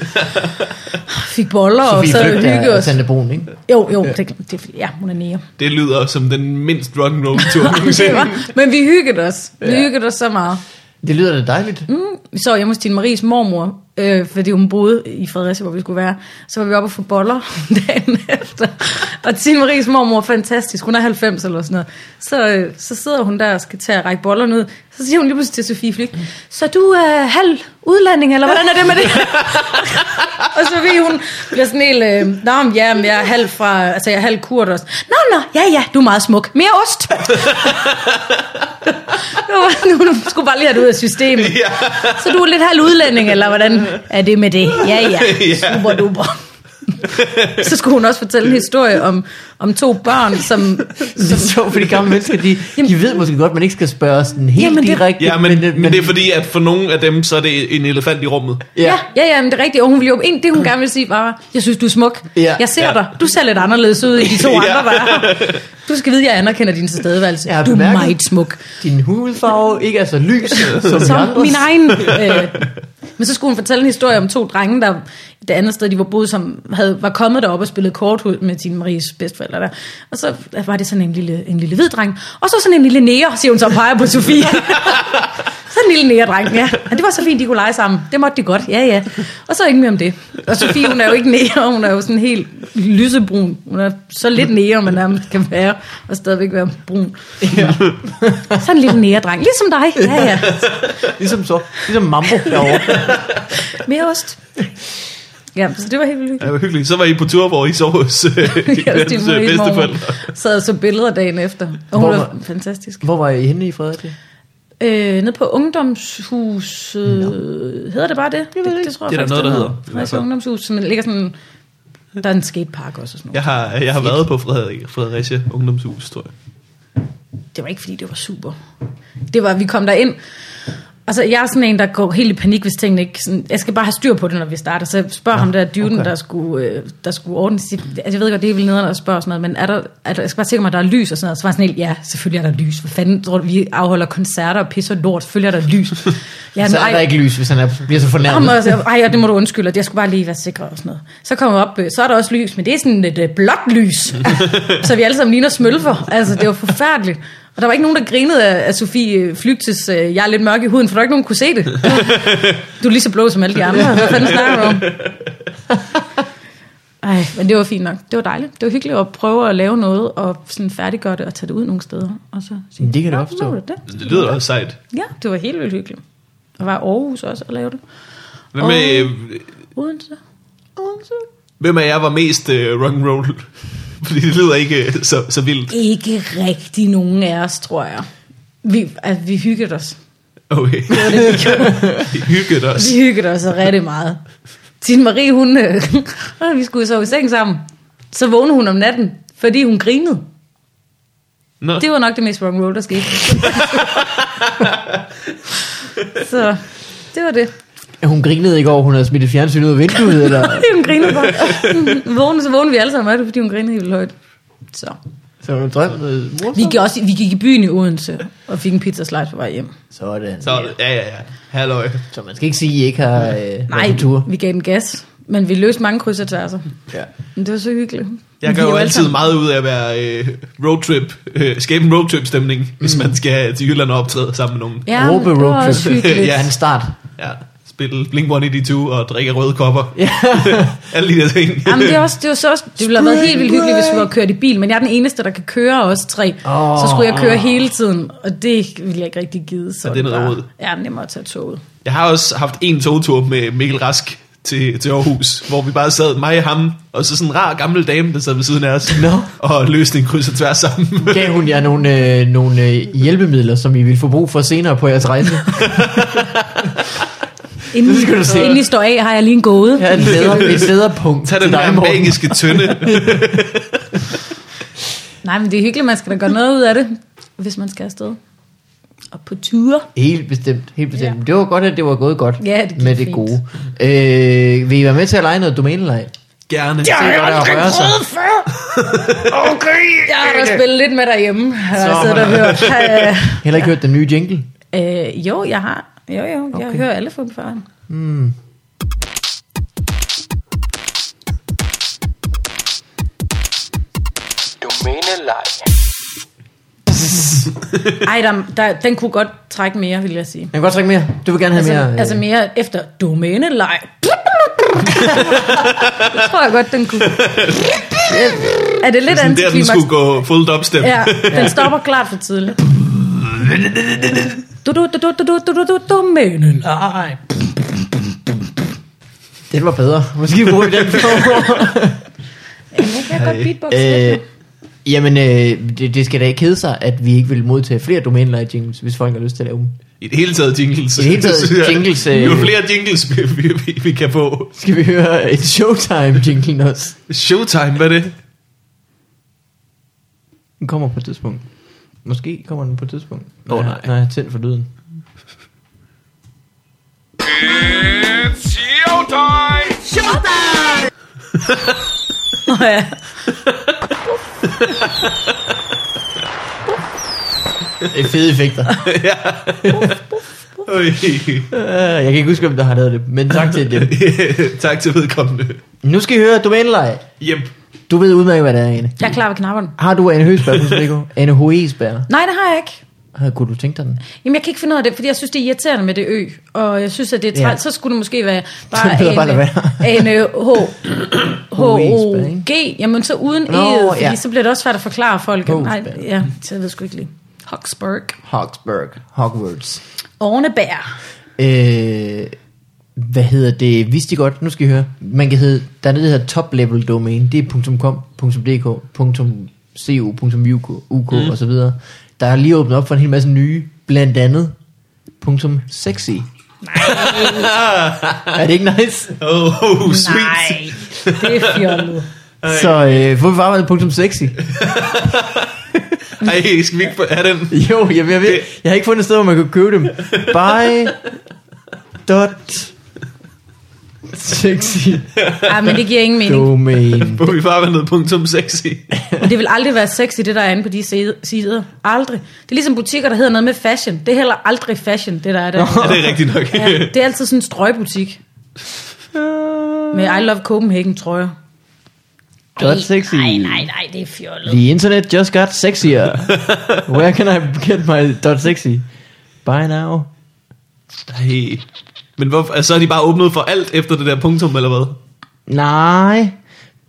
Fik boller og Sofie sad og Flygt er- hyggede er os. Tante Brun, ikke? Jo, jo, det, det, ja, hun er nære. Det lyder som den mindst rock'n'roll *laughs* tur *laughs* Det nogensinde. var- Men vi hyggede os. Vi ja. hyggede os så meget. Det lyder da dejligt. Mm. Vi sov hjemme hos din Maries mormor, øh, fordi hun boede i Fredericia, hvor vi skulle være. Så var vi oppe og få boller *laughs* dagen efter. Og Tine Maries mormor er fantastisk. Hun er 90 eller sådan noget. Så, øh, så sidder hun der og skal tage og række bollerne ud. Så siger hun lige pludselig til Sofie Flygt, så du er halv udlanding, eller hvordan er det med det? og så ved hun, bliver sådan helt, øh, nå, men ja, men jeg er halv fra, altså jeg er halv kurd også. Nå, nå, ja, ja, du er meget smuk. Mere ost! *laughs* hun skulle bare lige have det ud af systemet. Ja. Så du er lidt halv udlænding, eller hvordan er det med det? Ja, ja. Super duper. Så skulle hun også fortælle en historie om, om to børn, som... *laughs* Det er sjovt, for de gamle mennesker, de, de ved måske godt, man ikke skal spørge sådan helt Jamen, jamen, det- direkte. Ja, men, men, men det er fordi, at for nogle af dem, så er det en elefant i rummet. Ja, ja, ja, men det er rigtigt. Og hun ville jo, en, det hun gerne ville sige var, jeg synes, du er smuk. Ja. Jeg ser Ja. dig. Du ser lidt anderledes ud i de to Ja. andre, der er her. Du skal vide, jeg anerkender din tilstedeværelse. Jeg har Du er bemærket- meget smuk. Din hudfarve ikke er så *laughs* lys *laughs* som, de som andres. min *laughs* egen. Øh. Men så skulle hun fortælle en historie om to drenge, der det andet sted, de var boet, som havde, var kommet derop og spillet kort ud med Tine Maries bedsteforældre der. Og så var det sådan en lille, en lille hvid dreng. Og så sådan en lille nære, siger hun så og peger på *laughs* Sofie. så en lille nære dreng, ja. Og det var så fint, de kunne lege sammen. Det måtte de godt, ja ja. Og så ikke mere om det. Og Sofie, hun er jo ikke nære, hun er jo sådan helt lysebrun. Hun er så lidt nære, man nærmest kan være, og stadigvæk være brun. Ja. Sådan en lille nære dreng, ligesom dig. Ja, ja. Ligesom, så, ligesom Mambo derovre. Mere ost. Ja, så det var helt vildt. Ja, det var hyggeligt. Så var I på tur, hvor I sov hos øh, *laughs* Jeg hinandens, øh, bedsteforældre. sad og så billeder dagen efter. Og hun Hvor var var- fantastisk. Hvor var I henne i Fredericia? Øh, nede på ungdomshuset. Hedder det bare det? Jeg det, det, tror jeg Det er der faktisk, noget, der hedder. Altså Altså. ungdomshus, som ligger sådan... Der er en skatepark også og sådan noget. Jeg har, jeg har været på Frederik, Fredericia Ungdomshus, tror jeg. det var ikke fordi, det var super. Det var, vi kom der ind. Altså, jeg er sådan en, der går helt i panik, hvis tingene ikke... Sådan, jeg skal bare have styr på det, når vi starter. Så jeg spørger ja, ham der, dyven, okay. der, skulle, øh, der skulle ordne sit... Altså, jeg ved godt, det er vel nederen at spørge og sådan noget, men er der, er der, jeg skal bare sikre mig, at der er lys og sådan noget. Så var jeg sådan helt, ja, selvfølgelig er der lys. Hvad fanden tror du, vi afholder koncerter og pisser lort? Selvfølgelig er der *laughs* lys. Ja, Så nej. er Altså, der ikke lys, hvis han er, bliver så Kom fornærmet. og så, ej, og det må du undskylde, at jeg skulle bare lige være sikker og sådan noget. Så kommer jeg op, øh, så er der også lys, men det er sådan et øh, blåt lys, *laughs* så vi alle sammen ligner smølfer. Altså, det var forfærdeligt. Og der var ikke nogen, der grinede af, af Sofie øh, Flygtes, øh, jeg er lidt mørk i huden, for der var ikke nogen, der kunne se det. Du er lige så blå som alle de andre. Hvad fanden snakker du om? Ej, men det var fint nok. Det var dejligt. Det var hyggeligt at prøve at lave noget, og sådan færdiggøre det, og tage det ud nogle steder. Og så sige, Men det kan da "Nå, opstå." nu var Det, Det lyder også sejt. Ja, det var helt vildt hyggeligt. Og var i Aarhus også at lave det. Hvem, med, øh, Odense. Odense. hvem af jer var mest øh, rock'n'roll? *laughs* Fordi det lyder ikke øh, så, så vildt. Ikke rigtig nogen af os, tror jeg. Vi, altså, vi hyggede os. Okay. Det var det, vi gjorde. I *laughs* hyggede os. Vi hyggede os rigtig meget. Tine Marie, hun... Øh, *laughs* vi skulle sove i seng sammen. Så vågnede hun om natten, fordi hun grinede. Nå, Det var nok det mest wrong roll, der skete. *laughs* Så det var det. *laughs* Hun grinede ikke over, hun havde smidt et fjernsyn ud af vinduet, eller... Hun grinede bare. *laughs* Vågne, så vågnede vi alle sammen af det, fordi hun grinede helt vildt højt. Så. Så hun drømte noget Vi morsomt. gik, også, vi gik i byen i Odense og fik en pizza slice på vej hjem. Sådan. så, ja, ja, ja. Halløj. Så man skal ikke sige, at I ikke har øh, været Nej, på tur. vi gav den gas, men vi løste mange kryds og tværser. Ja. Men det var så hyggeligt. Jeg Vi gør er jo alle altid sammen- meget ud af at være øh, roadtrip, øh, skabe en roadtrip-stemning, mm. hvis man skal til Jylland og optræde sammen med nogen. Ja, Råbe men det var roadtrip. også hyggeligt. *laughs* Ja. Det ja. er en start. Ja, spille Blink-182 og drikke røde kopper. *laughs* Alle de der ting. Jamen, det, er også, det, var så også, det ville have været helt vildt hyggeligt, hvis vi var kørt i bil, men jeg er den eneste, der kan køre os tre. Åh. Så skulle jeg køre hele tiden, og det ville jeg ikke rigtig gide. Så Og det er noget var- rod. Ja, men det må jeg tage toget. Jeg har også haft en togtur med Mikkel Rask til, til Aarhus, hvor vi bare sad, mig og ham, og så sådan en rar gammel dame, der sad ved siden af os, Nå. og løste en kryds og tværs sammen. Gav hun jer nogle, øh, nogle øh, hjælpemidler, som I ville få brug for senere på jeres rejse? Inden, Det skal du se. inden I står af, har jeg lige en gåde. Jeg har et leder, *laughs* et lederpunkt Tag til den dig, der Morten. magiske tynde. Nej, men det er hyggeligt, man skal da gøre noget ud af det, hvis man skal afsted. Og på ture. Helt bestemt, helt bestemt. Ja. Ja. Det var godt, at det var gået godt Ja, det gik med det fint. gode. Øh, vil I være med til at lege noget domænelej? Gerne. har aldrig prøvet før. Jeg har da spillet lidt med derhjemme. Jeg har Så- siddet og hørt. *laughs* Heller ikke hørt den nye jingle. Øh, øh, jo, jeg har. Jo, jo, jeg Okay. hører alle fra før. Domænelej. Ej, der, der, den kunne godt trække mere, vil jeg sige. Jeg kan godt trække mere. Du vil gerne have Altså, mere. mere, øh, altså mere efter domænelej. det tror jeg godt, den kunne. er det Sådan lidt der, den antiklimaks? skulle gå full dubstep. Ja, den stopper klart for tidligt. Du, du, du, du, du, du, du, du, domænelej. Den var bedre. Måske bruger vi den *laughs* på. Jamen, jeg kan godt beatboxe øh, lidt. jamen, øh, det, det, skal da ikke kede sig, at vi ikke vil modtage flere domænelej jingles, hvis folk har lyst til at lave dem. I det hele taget jingles. I det hele *laughs* taget jingles, øh. Jo flere jingles, vi, vi, vi, vi kan få. Skal vi høre et showtime jingle også? Showtime, hvad er det? *laughs* Den kommer på et tidspunkt. Måske kommer den på et tidspunkt. Åh, Når jeg- nej. Når jeg har tændt for lyden. It's showtime! Nå ja. Det er fede effekter. Øj. Øh, jeg kan ikke huske, hvem der har lavet det, men tak til dem. *laughs* tak til vedkommende. Nu skal I høre domænelej. Yep. Du ved udmærket, hvad det er, Ane. Jeg er klar ved knapperne. Har du Anne Høsberg, hos Nico? Anne Høsberg. Nej, det har jeg ikke. Har- Kunne du tænke dig den? Jamen, jeg kan ikke finde ud af det, fordi jeg synes, det er irriterende med det ø, og jeg synes, at det er Ja. træt. Ja. Så skulle det måske være Så bare lyder en, bare, lad en, øh, H, H, O, Hoespa, G, jamen så uden Nå, E'et, fordi ja. så bliver det også svært at forklare folk. Hoespa. Nej, ja, så jeg ved sgu ikke lige. Hawksburg. Hawksburg. Hogwarts. Ornebær. Øh, hvad hedder det? Vidste I godt? Nu skal I høre. Man kan hedde, der er noget, der hedder top level domain. Det er .com, .dk, .co, .uk, UK mm. og så videre. Der er lige åbnet op for en hel masse nye, blandt andet .sexy. Nej. *laughs* er det ikke nice? Oh, oh, sweet. *laughs* Nej, det er fjollet. Så øh, får vi bare været .sexy. Ej, skal vi ikke få- have den? *laughs* Jo, jeg, jeg, jeg, jeg har ikke fundet et sted, hvor man kunne købe dem. By dot sexy Ej, men det giver ingen mening. domain. Hvor vi bare var noget punktum sexy. Men det vil aldrig være sexy, det der er inde på de side- sider. Aldrig. Det er ligesom butikker, der hedder noget med fashion. Det er heller aldrig fashion, det der er der. Ja, det er rigtigt nok. Ja, det er altid sådan en strøgbutik. Med I Love Copenhagen, tror jeg. Dot sexy. Nej, nej, nej, det er fjollet. The internet just got sexier. Where can I get my dot sexy? By now. Ej. Men hvorfor, altså, så er de bare åbnet for alt efter det der punktum, eller hvad? Nej.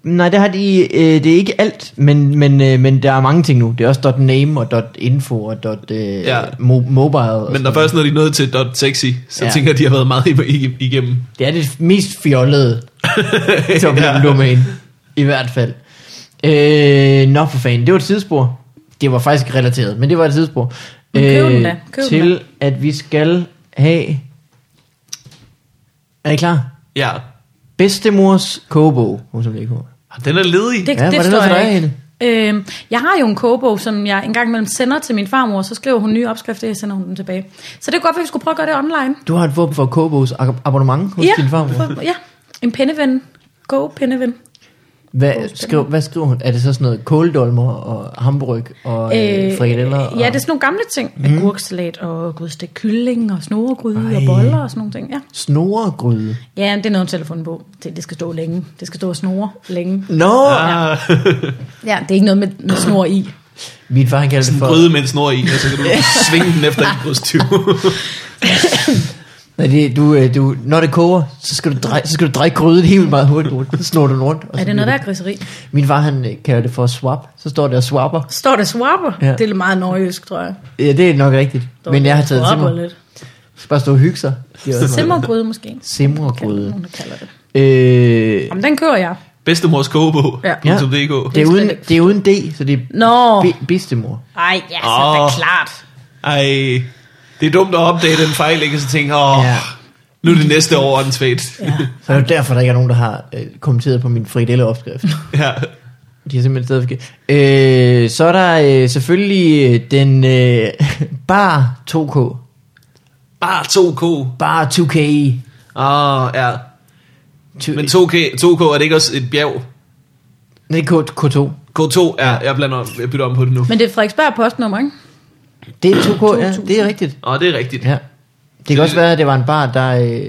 Nej, det har de, øh, det er ikke alt, men, men, øh, men der er mange ting nu. Det er også dot .name og dot .info og dot, øh, Ja. ja. mo- .mobile. og Men sådan når først når de nåede til dot sexy, så Ja. ja. tænker jeg, de har været meget i- i- igennem. Det er det mest fjollede top ja. domæne. I hvert fald. Øh, nå for fanden, det var et sidespor. Det var faktisk ikke relateret, men det var et sidespor. Øh, Men køb den da, køb den til da. at vi skal have... Er I klar? Ja. Bedstemors kobo. Ah, Den er ledig. Det, Ja, ja, det hvordan står er det for jeg dig, ikke. Øhm, jeg har jo en kogebog, som jeg engang imellem sender til min farmor, så skriver hun nye opskrifter, og jeg sender hun dem tilbage. Så det er godt, at vi skulle prøve at gøre det online. Du har et våben for kobos ab- abonnement hos din farmor. for- ja, en pindeven. Go pindeven. Hvad, skriv, hvad skriver hun? Er det så sådan noget kåldolmer og hamburg og øh, frikadeller? ja, det er sådan nogle gamle ting. Mm. Agurksalat og godstegt kylling og snoregryde og boller og sådan nogle ting. Ja, Snoregryde. ja det er noget, telefonen på. Det, det skal stå længe. Det skal stå og snore længe. Nå! No! Ah, Ja, det er ikke noget med, med snor i. Min far han kalder det en for... gryde med en snor i, og så kan du svinge den efter en brysttyv. Nej, det, du, øh, du, når det koger, så skal du dreje, så skal du dreje gryden helt vildt meget hurtigt rundt. Så snor du den rundt. og Er så det noget, der bliver er griseri? det- Min far, han øh, kalder det for swap. Så står der og swapper. Står der swapper? Ja. Ja. Det er lidt meget nordjysk, tror jeg. Ja, det er nok rigtigt. Står Men der jeg har taget swapper simmer. lidt. Så bare stå og hygge sig. Det er også meget- Simmergryde måske. Simmergryde. Nogen, der kalder det. Øh, Jamen, den kører jeg. Bedstemors kogebog. Ja. Ja. .dk. det, er uden, ikke. det er uden D, så det er Nå, be, bedstemor. ej, ja, så er det Åh. klart. Ej, det er dumt at opdage den fejl, ikke? Og så tænke, åh, Ja. ja. Nu er det næste år åndssvagt. Ja. Så er det jo derfor, der ikke er nogen, der har øh, kommenteret på min fridelleopskrift. Ja. De har simpelthen stadigvæk... Øh, så er der øh, selvfølgelig øh, den øh, *laughs* bar 2K. Bare 2K. Bar 2K. Ah, ja. Ty- Men 2K, 2K er det ikke også et bjerg? Nej, K- K2. K2 er, jeg blander om, jeg bytter om på det nu. Men det er Frederiksberg postnummer, ikke? Det er 2K, ja, det er rigtigt. Åh, det er rigtigt. Ja. Det kan også være, at det var en bar, der, øh,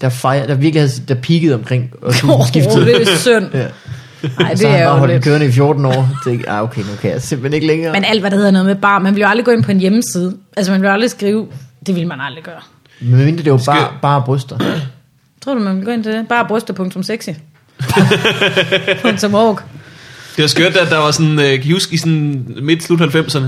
der, fejr, der virkelig havde, der peakede omkring og Oh, *laughs* skiftet. det er synd. Ja. Nej, Så det har han er bare jo holdt den lidt. kørende i 14 år. Så tænkte, ah, okay, nu kan jeg simpelthen ikke længere. Men alt, hvad der hedder noget med bar, man vil jo aldrig gå ind på en hjemmeside. Altså, man vil aldrig skrive, det vil man aldrig gøre. Men mindre det var bare, Skal- bare bryster. Tror du, man vil gå ind til det? Bare *laughs* bryster.sexy. .org. Det var skørt, at der var sådan, øh, kan I huske, i sådan midt-slut 90'erne,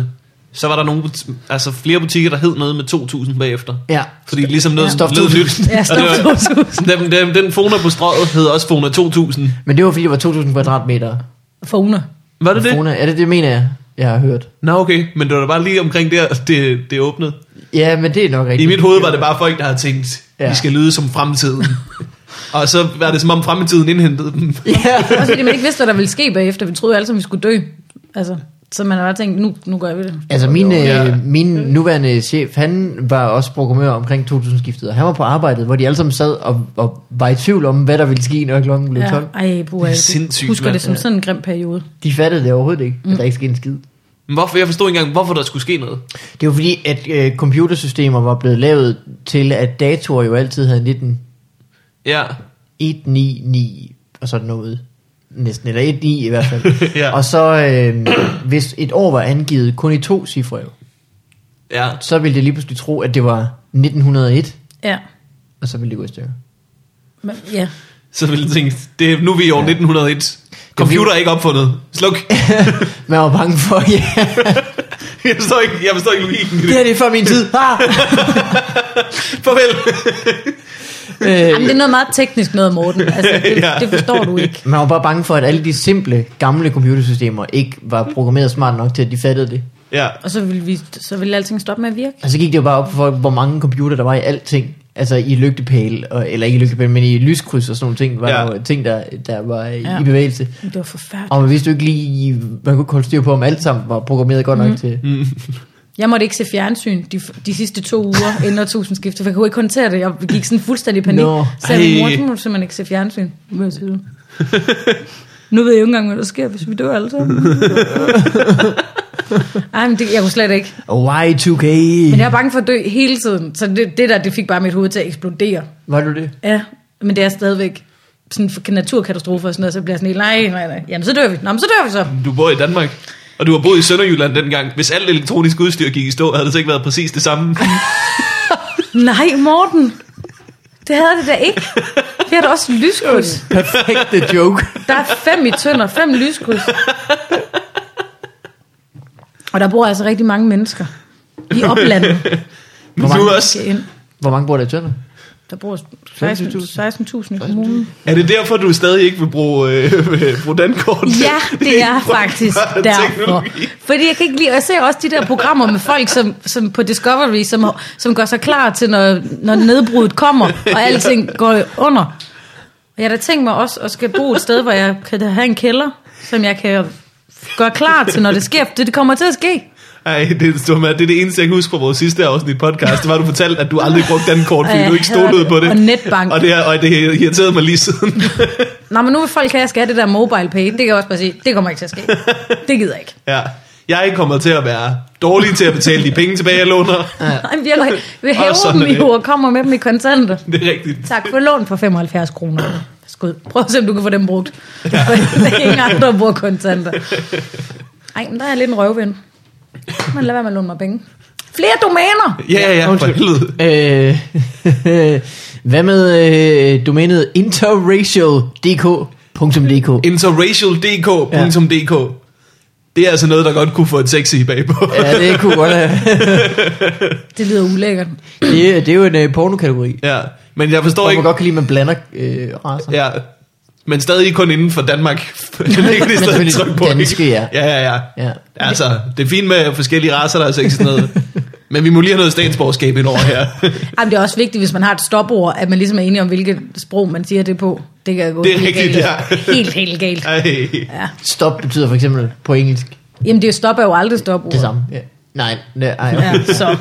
så var der nogle, but- altså flere butikker, der hed noget med 2.000 bagefter. Ja. Fordi ligesom noget Ja. ja. lød nyt. Ja, stop Og det var- 2000. Den, den, den Fona på strøget hed også Fona 2000. Men det var fordi, det var 2.000 kvadratmeter. Fona. Var det det? Corona. Er det det, mener jeg, jeg har hørt? Nå okay, men det var da bare lige omkring der, det, det åbnede. Ja, men det er nok I rigtigt. mit hoved var det bare folk, der havde tænkt, ja. Ja. vi skal lyde som *laughs* fremtiden. Og så var det som om fremtiden indhentede dem. Ja. Også fordi man ikke vidste, hvad der ville ske bagefter. Vi troede jo alle sammen, vi skulle dø. Altså, så man har bare tænkt, nu, nu gør vi det. *laughs* Altså min, Ja. ja. min nuværende chef, han var også programmør omkring 2000-skiftet, og han var på arbejdet, hvor de alle sammen sad og, og var i tvivl om, hvad der ville ske, når klokken blev 12. Ej, puha, Det er jeg sindssygt, husker mand. det som sådan en grim periode. De fattede det overhovedet ikke, mm. at der ikke skete en skid. Men Hvorfor, jeg forstod ikke engang, hvorfor der skulle ske noget. Det var fordi, at øh, computersystemer var blevet lavet til, at datoer jo altid havde 19, Ja, 199 og sådan noget. Næsten, eller 19 i hvert fald. Ja. Og så, øh, hvis et år var angivet kun i to cifre, jo, ja. så ville det lige pludselig tro, at det var 1901, Ja. og så ville det gå i stykker. Men, ja. Så ville jeg tænke, det, er- nu er vi i år 1901. Computer er ikke opfundet. Sluk. Man var bange for, *laughs* ja, Jeg forstår ikke, jeg forstår ikke logikken i det det. her det er før min tid. Ah! Farvel. Jamen, det er noget meget teknisk noget, Morten. *laughs* Altså, det, Øh. Ja. det forstår du ikke. Man var bare bange for, at alle de simple, gamle computersystemer ikke var programmeret smart nok til, at de fattede det. Ja. Og så ville, vi, så ville alting stoppe med at virke. Og Altså, så gik det jo bare op for folk, hvor mange computer der var i alting. Altså i lygtepæle, og, eller ikke i lygtepæle, men i lyskryds og sådan nogle ting, var Ja. ja. der jo ting, der, der var ja. Ja. i bevægelse. Det var forfærdeligt. Og man vidste jo ikke lige, man kunne ikke holde styr på, om alt sammen var programmeret godt nok til. Mm. Jeg måtte ikke se fjernsyn de, de sidste to uger, *laughs* inden år tusind skifte, for jeg kunne ikke håndtere det. Jeg gik sådan fuldstændig i panik. Nå, så jeg, ej. mor, du må simpelthen ikke se fjernsyn. Hvad siger du? nu ved jeg jo ikke engang, hvad der sker, hvis vi dør alle *laughs* sammen. Ej, men det, jeg kunne slet ikke. Y2K. Men jeg var bange for at dø hele tiden, så det, det der, det fik bare mit hoved til at eksplodere. Var du det? Ja, men det er stadigvæk sådan for naturkatastrofer og sådan noget, så bliver jeg sådan helt, nej, nej, nej, jamen så dør vi, Nå, men så dør vi så. Du bor i Danmark. Og du har boet i Sønderjylland dengang. Hvis alt elektronisk udstyr gik i stå, havde det så ikke været præcis det samme. Nej, Morten, det havde det da ikke. Vi har da også lyskryds. Perfekte joke. Der er fem i tønder, fem lyskryds. Og der bor altså rigtig mange mennesker i oplandet. Men nu mange- også. Skal ind. Hvor mange bor der i Tønder? Der bor 16 16.000 i kommunen. Er det derfor, du stadig ikke vil bruge, øh, *laughs* bruge dankort? Ja, det *laughs* er faktisk Bare derfor. teknologi. Fordi jeg kan ikke lide, og jeg ser også de der programmer med folk som, som på Discovery, som, som gør sig klar til, når, når nedbruddet kommer, og alting går under. Og jeg har da tænkt mig også at skal bo et sted, hvor jeg kan have en kælder, som jeg kan gøre klar til, når det sker. Det, det kommer til at ske. Ej, det, er, Storm, det er det eneste, jeg kan huske fra vores sidste afsnit podcast. Det var, du fortalte, at du aldrig brugte dankort, fordi Ja, du ikke jeg hader stolede det. på det. Og netbank. Og det, er- og det irriterede mig lige siden. Nå, men nu vil folk have, at jeg skal have det der mobile pay. Det kan jeg også bare sige, det kommer ikke til at *laughs* ske. Det gider jeg ikke. Ja. Jeg er kommet til at være dårlig til at betale de penge tilbage, jeg låner. Nej, men jeg vil Og hæve sådan er dem i det. ord og kommer med dem i kontanter. *laughs* Det er rigtigt. Tak for lån for 75 kroner. Skud. Prøv at se, om du kan få dem brugt. Ja. der er ingen andre, der bruger kontanter. Ej, men der er jeg lidt en røvvind. Men lad være med at låne mig penge. Flere domæner! Ja, ja, ja, for Undskyld. helvede. Øh, *laughs* hvad med øh, domænet *laughs* interracial.dk.dk? Interracial.dk.dk Det er altså noget, der godt kunne få et sexy bagpå. Ja, det kunne godt have. *laughs* Det lyder ulækkert. Det, er- det er jo en øh, pornokategori. *laughs* Ja, men jeg forstår Hvor man ikke... godt kan lide, at man blander øh, raser. Ja, men stadig kun inden for Danmark. *laughs* det er Men stadig selvfølgelig tryk på. ikke? danske, ja. Ja, ja, ja. Ja. *laughs* Altså, det er fint med forskellige raser, der er sex og sådan noget. Men vi må lige have noget statsborgerskab ind over her. Jamen, det er også vigtigt, hvis man har et stopord, at man ligesom er enig om, hvilket sprog man siger det på. Det kan gå Det er helt rigtigt, galt. ja. Helt, helt galt. Ej. Ja. Stop betyder for eksempel på engelsk Jamen, det stopper jo aldrig stopord. det samme. Ja. Nej, nej, nej. Ja. Ja, så.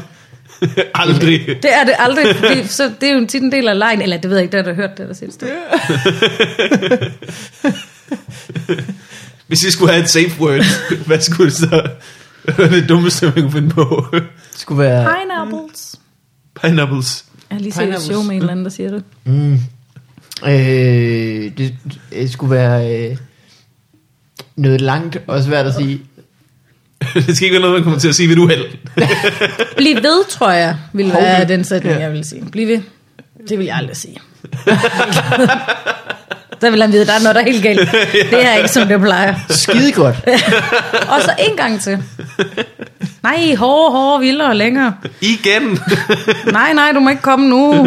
Aldrig. Det er det aldrig, fordi så det er jo tit en del af lejen, eller det ved jeg ikke, der har hørt det der sidste. Hvis I skulle have et safe word, *laughs* hvad skulle det så være det dummeste, man kunne finde på? Det skulle være... Pineapples. Pineapples. Jeg har lige set et Pineapples. show med en eller anden, der siger det. Mm, øh, det, det skulle være øh, noget langt og svært at sige. Det skal ikke være noget, man kommer til at sige ved et uheld. Bliv ved, tror jeg, ville Hold være det. den sætning, Ja. jeg ville sige. Bliv ved. Det vil jeg aldrig sige. *laughs* der vil han vide, der er noget, der er helt *laughs* galt. Det er ikke, som det plejer. Skide godt. Og så en gang til. Nej, hårdere, hårdere, vildere, længere. Igen. Nej, nej, du må ikke komme *laughs* nu.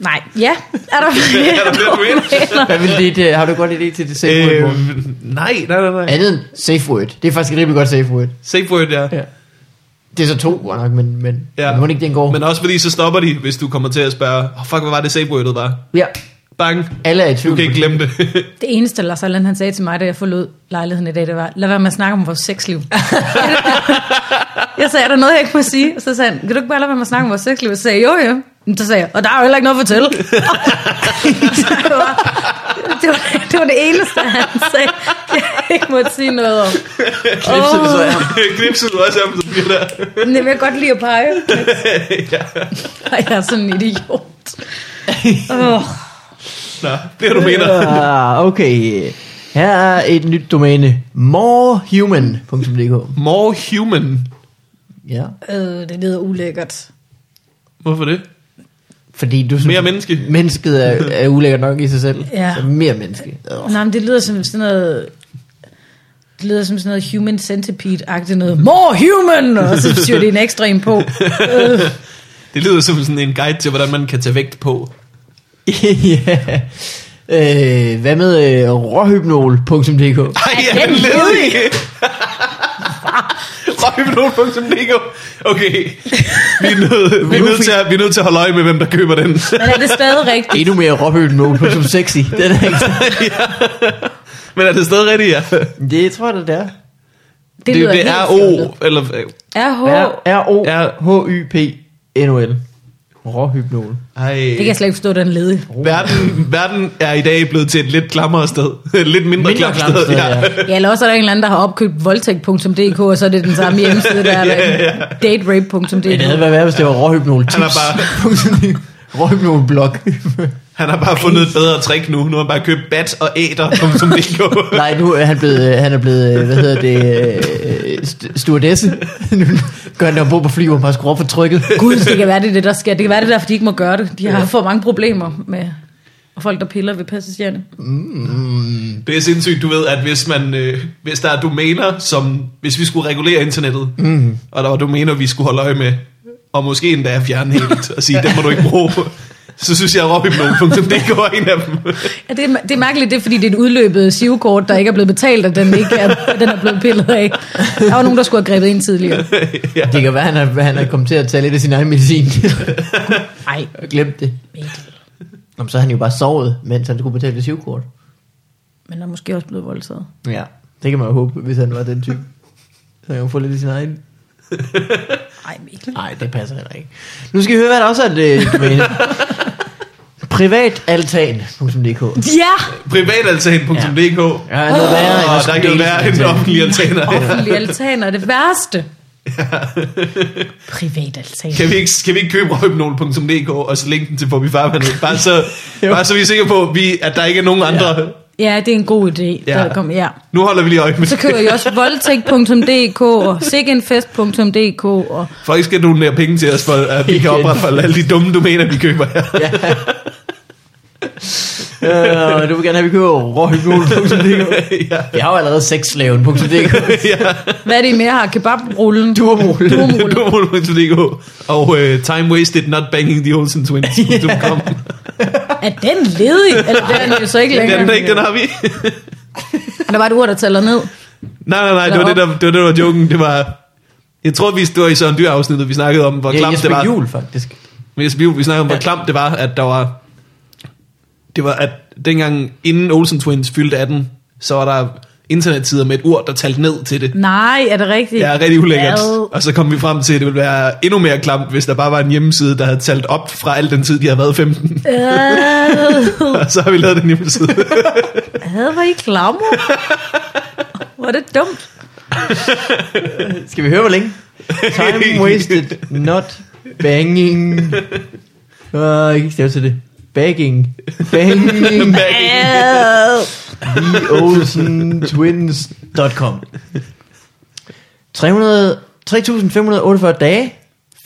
Nej, ja. Er der flere, *laughs* Er der flere, du *laughs* vil? domæner? Hvad vil dit, øh, har du godt idé til det *laughs* safe word? øh, Morten? nej, nej, nej, nej. Andet end safe word. Det er faktisk et rimelig godt safe word. Safe word, ja. Ja. Det er så to, godt nok, men, men Ja. ja. må ikke den går. Men også fordi, så stopper de, hvis du kommer til at spørge, oh, fuck, hvad var det safe wordet var? ja, Bang. alle er i tvivl. Du kan ikke glemme det. *laughs* Det eneste, Lars Allan han sagde til mig, da jeg forlod lejligheden i dag, det var, lad være med at snakke om vores sexliv. jeg sagde, er der noget, jeg ikke må sige? Og så sagde han, kan du ikke bare lade være med at snakke om vores sexliv? Og så sagde jeg, jo, jo. Men så sagde jeg, og der er jo heller ikke noget at fortælle. Så det, var, det, var, det var det eneste, han sagde, jeg ikke måtte sige noget om. Knipsede du så af ham? Knipset du også ham, som bliver der. Men jeg vil godt lide at pege. ja. Og jeg er sådan en idiot. Oh, Nå, bliver du mener. Ja, *laughs* okay. Her er et nyt domæne. Morehuman.dk More human. Ja. øh, det lyder ulækkert. Hvorfor det? Fordi du synes, Mere menneske. mennesket er, er ulækkert nok i sig selv. Ja. Så mere menneske. Øh. Nej, men det lyder som sådan noget... Det lyder som sådan noget human centipede-agtigt noget. More human! Og så syr det en ekstra en på. Øh, Det lyder som sådan en guide til, hvordan man kan tage vægt på. *laughs* ja. Øh, hvad med øh, råhypnol.dk? Ej, Er den ledig? *laughs* Røgmenol.dk Okay, vi er, nødt, vi, er nødt til at, vi er nødt til at holde øje med, hvem der køber den. *laughs* men er det stadig rigtigt? Endnu mere råhypnol.sexy. Den er ikke... Men er det stadig rigtigt, ja? Det tror jeg, det er. Det, lyder det helt er fjollet. O, eller R-H. R-O-H-Y-P-N-O-L. Råhypnol. Ej. Det kan jeg slet ikke forstå, den er ledig. Verden, verden er i dag blevet til et lidt klammere sted. *laughs* Et lidt mindre, mindre klamt sted. klamt sted, ja. ja. Ja, eller også er der en eller anden, der har opkøbt voldtægt.dk, og så er det den samme hjemmeside, der er der Men det havde daterape.dk. været værd, hvis det var råhypnol. Han er bare- *laughs* råhypnol-blog. Han har bare fundet et bedre trick nu. Nu har han bare købt bat og *laughs* æder.dk. Nej, nu er han blevet, øh, han er blevet, hvad hedder det, øh, st- stewardesse. Nu gør han det ombord på fly, hvor man bare skruer op for trykket. Gud, det kan være, det er det, der sker. Det kan være, det er derfor, de ikke må gøre det. De har for mange problemer med folk, der piller ved passagererne. Det er sindssygt, du ved, at hvis, man, øh, hvis der er domæner, som hvis vi skulle regulere internettet, Mhm. mm. og der var domæner, vi skulle holde øje med, og måske endda fjerne helt, og sige, dem må du ikke bruge, *laughs* så synes jeg, at robinblom.dk er en af dem. *laughs* Ja, det, er, det er mærkeligt, det er fordi, det er et udløbet sivkort, der ikke er blevet betalt, og den, ikke er, *laughs* den er blevet pillet af. Der var nogen, der skulle have grebet ind tidligere. ja. Det kan være, han er, han er kommet til at tage lidt af sin egen medicin. Nej, og glemt det. Mikkel. Jamen, så er han jo bare sovet, mens han skulle betale det sivkort. Men der er måske også blevet voldtaget. Ja, det kan man jo håbe, hvis han var den type. Så kan han jo få lidt i sin egen... Nej, Mikkel. Nej, det passer heller ikke. Nu skal vi høre, hvad der også er et øh, domæne. Privataltan.dk Ja! Privataltan.dk Ja, noget værre end at Og der skulle kan jo dele være en sin altan. offentlig altaner. Offentlige altaner er det værste. Privat altaner. Kan vi ikke, kan vi ikke købe røbnol.dk og så linke den til Bobby Farman? Bare *laughs* så, bare så vi er sikre på, at, vi, at der ikke er nogen andre. Ja, det er en god idé. Ja. Der kom, ja. Nu holder vi lige øje med Så køber jeg også voldtægt.dk og sikinfest.dk og Folk skal donere penge til os, for at *laughs* vi kan Igen. opretholde alle de dumme domæner, vi køber her. Øh, du vil gerne have, at vi køber råhypnol.dk. *laughs* ja. Vi har jo allerede sexslaven.dk. hvad er det I mere har? Kebabrullen? *laughs* Durmol. Durmol. Dumol.dk og uh, time wasted not banging the Olsen twins. *laughs* Yeah. Kom. Er den ledig? Eller det er den jo så ikke længere. Den der ikke, den har vi. *laughs* Der var et ur, der tæller ned. nej, nej, nej, det var det, der, det var det, der var joken. Det var, Jeg tror, vi det var i Søren Dyr-afsnittet, vi snakkede om, hvor Ja, klamt Jesper det var. Juhl, faktisk. Men Jesper Juhl, vi snakkede om, hvor Ja. klamt det var, at der var... Det var, at dengang inden Olsen Twins fyldte 18, så var der internetsider med et ur, der talte ned til det. Nej, er det rigtigt? Det er rigtig ulækkert. Hvad? Og så kom vi frem til, at det ville være endnu mere klamt, hvis der bare var en hjemmeside, der havde talt op fra al den tid, de havde været 15. Øh, Og så har vi lavet den hjemmeside. Hvad var I klamme? Hvor er det dumt. Skal vi høre, hvor længe? Time wasted, not banging. Uh, jeg kan ikke stave til det. Bagging. Banging. Øh. olsentwins.com 300 3.548 dage,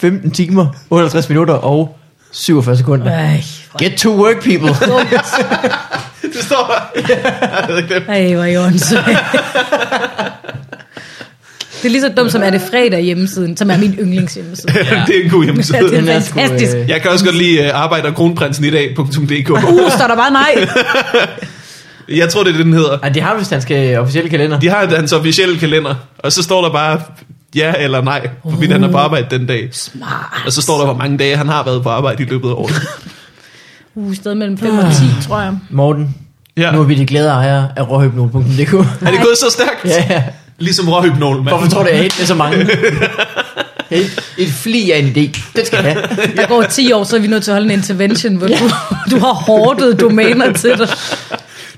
15 timer, 58 minutter og 47 sekunder. Ej, Get to work, people. det står der. *laughs* Jeg havde glemt. Ej, hvor er I åndssvage. Det er lige så dumt som er det fredag hjemmesiden, som er min yndlingshjemmeside. Det *laughs* er en god Ja, det hjemmeside. er Den er sgu, fantastisk. øh, Jeg kan også godt lide uh, arbejde og kronprinsen i dag.dk. Uh, står der bare nej. Jeg tror, det er det, den hedder. Ej, det har vist hans øh, officielle kalender. De har hans officielle kalender, og så står der bare ja eller nej, hvorvidt han er på arbejde den dag. Smart. Og så står der, hvor mange dage han har været på arbejde i løbet af året. Uh, sted mellem 5 og 10, tror jeg. Morten, Ja. ja. nu er vi de glade ejere af råhøbnol.dk. Er det gået så stærkt? ja, ja. Ligesom råhypnol, mand. Hvorfor tror du, jeg hate med så mange? Hate. Et fli af en idé. Den skal jeg have. Der går 10 år, så er vi nødt til at holde en intervention, hvor du, du har hårdet domæner til dig.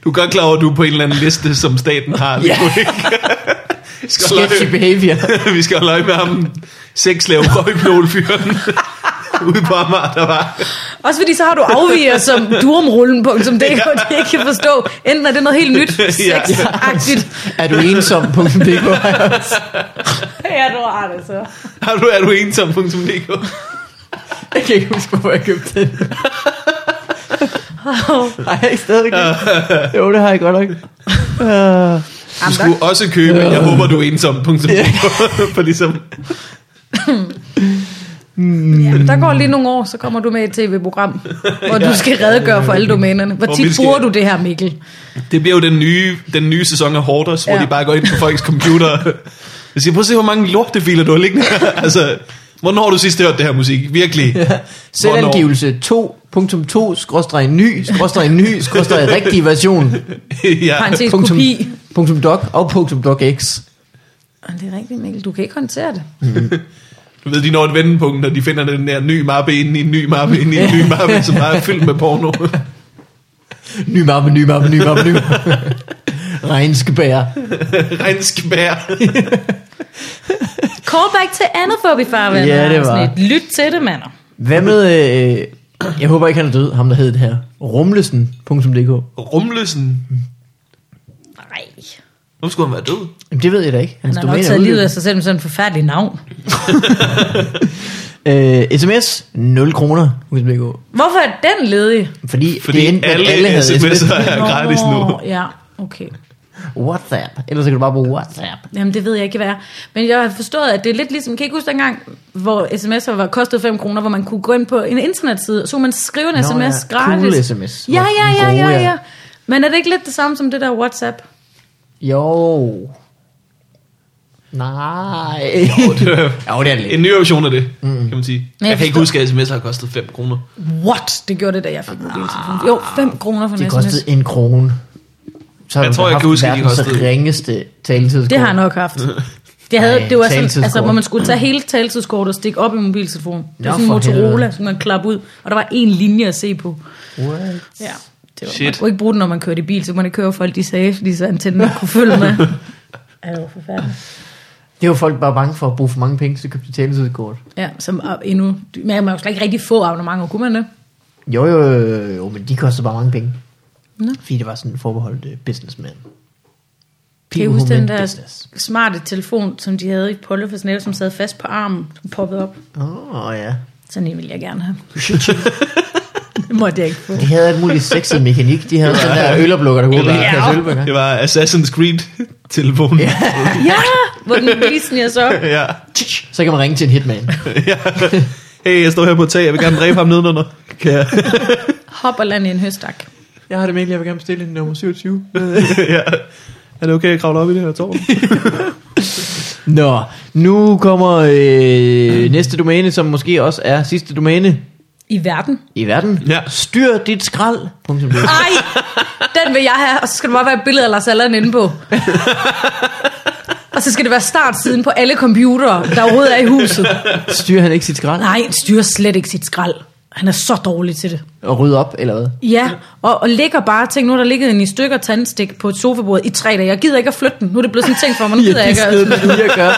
Du er godt klar over, at du er på en eller anden liste, som staten har. Vi Ja. kunne ikke- *laughs* Vi skal holde Sketchy øje- behavior. *laughs* Vi skal holde øje med ham. Sexslave røgbnålfyren. Ude på Amager, der var. Også fordi så har du afviger som durumrullen.dk, det jeg ikke kan forstå. Enten er det noget helt *laughs* nyt, sexagtigt. Er du ensom.dk? Ja, du har det altså. så. Har du, er du ensom.dk? Jeg kan ikke huske, hvorfor jeg købte den. Nej, jeg er ikke stadig Jo, det har jeg godt nok. Uh, Du skulle også købe, jeg håber, du er ensom.dk. *laughs* For ligesom, Ja, der går lige nogle år, så kommer du med i et tv-program, hvor du skal redegøre for alle domænerne. Hvor Hvor tit vi skal- bruger du det her, Mikkel? det bliver jo den nye, den nye sæson af Hoarders, hvor Ja. de bare går ind på folks computer. Jeg siger, prøv at se, hvor mange lortefiler du har liggende. *laughs* Altså, hvornår har du sidst hørt det her musik? Virkelig. selvangivelse 2.2 skråstreg ny, skråstreg ny, skråstreg rigtig *laughs* version. ja. Parenthes Punktum, kopi. punktum doc og punktum doc x. Ej, Det er rigtigt, Mikkel. Du kan ikke håndtere det. Du ved, de når et vendepunkt, når de finder den der ny mappe inde i en ny mappe inde i en ny mappe, som bare er fyldt med porno. *laughs* Ny mappe, ny mappe, ny mappe, ny mappe. Regnskebær. Rensk bær. Callback til Anafobi, farvand. Ja, det var. Lyt til det, mander. Hvad med... Øh, jeg håber ikke, han er død, ham der hed det her. Rumlesen.dk. Rumløsen. Nej. Nu skulle han være død. Jamen, det ved jeg da ikke. Hans Altså, Han har nok domæne er taget livet udløbet. af sig selv med sådan en forfærdelig navn. Øh, sms, 0 kroner. punktum DK. Hvorfor er den ledig? Fordi, Fordi det endte, med, at alle, alle havde sms'er sms. er gratis nu. Nå, Ja, okay. WhatsApp. Ellers så kan du bare bruge WhatsApp. Jamen, det ved jeg ikke, hvad er. Men jeg har forstået, at det er lidt ligesom, kan I ikke huske dengang, hvor sms'er var kostet 5 kroner, hvor man kunne gå ind på en internetside, og så kunne man skrive en Nå, sms ja. gratis. Cool SMS. Ja, ja, ja, Gode, ja, ja. ja. Men er det ikke lidt det samme som det der WhatsApp? Jo. Nej. *laughs* jo, det er det lidt. En ny version af det, kan man sige. Jeg kan ikke huske, at sms'er har kostet 5 kroner. What? Det gjorde det, da jeg fik mobiltelefon. Jo, 5 kroner for en Det sms. kostede en krone. Så har Jeg du tror, da jeg haft kan huske, at de verdens kostede- ringeste taletidskort. Det har jeg nok *laughs* haft. Det, havde, Ej, det var sådan, taletidskort. altså, hvor man skulle tage hele taletidskortet og stikke op i mobiltelefonen. Det var Nå, sådan en for Motorola, helvede. som man klappe ud, og der var en linje at se på. What? Ja. Det var, Shit. Man kunne ikke bruge den, når man kørte i bil, så kunne man ikke køre folk, de sagde, fordi så antennen ikke kunne følge med. *laughs* Ej, det var forfærdeligt. Det var folk bare bange for at bruge for mange penge, så købte de taletidskort. Ja, som er endnu... Men man kan jo slet ikke rigtig få abonnementer, kunne man det? Jo, jo, jo, jo, men de kostede bare mange penge. Nå. Fordi det var sådan forbeholdt uh, businessman. Kan I huske den People der with business. smarte telefon, som de havde i Polde for Snæl, som sad fast på armen, som poppede op? Åh, oh, ja. Sådan en ville jeg gerne have. det måtte jeg ikke få. De havde alt muligt sexet mekanik. *laughs* De havde den der øloplukker, der kunne Eller- åbne en kasse øl på en gang. Det var Assassin's Creed-telefonen. Ja. Ja, hvor den lige sniger sig op. *laughs* ja. Så kan man ringe til en hitman. Hey, jeg står her på et tag, jeg vil gerne dræbe ham nedenunder. Kan jeg? Hop og land i en høstak. Jeg har det med, jeg vil gerne bestille en nummer 27. ja. Er det okay, at kravle op i det her tårn? Nå, nu kommer øh, næste domæne, som måske også er sidste domæne I verden. i verden. Ja. Styr dit skrald. Punktum. Ej, den vil jeg have, og så skal der bare være et billede af Lars Allan inde på. Og så skal det være startsiden på alle computere, der overhovedet er i huset. Styrer han ikke sit skrald Nej, han styrer slet ikke sit skrald. Han er så dårlig til det. og rydder op, eller hvad? Ja, og, og ligger bare, tænk nu, er der ligger en i stykker tandstik på et sofabord i tre dage. Jeg gider ikke at flytte den. Nu er det blevet sådan en ting for mig, nu gider jeg ikke det at... du lige at gøre.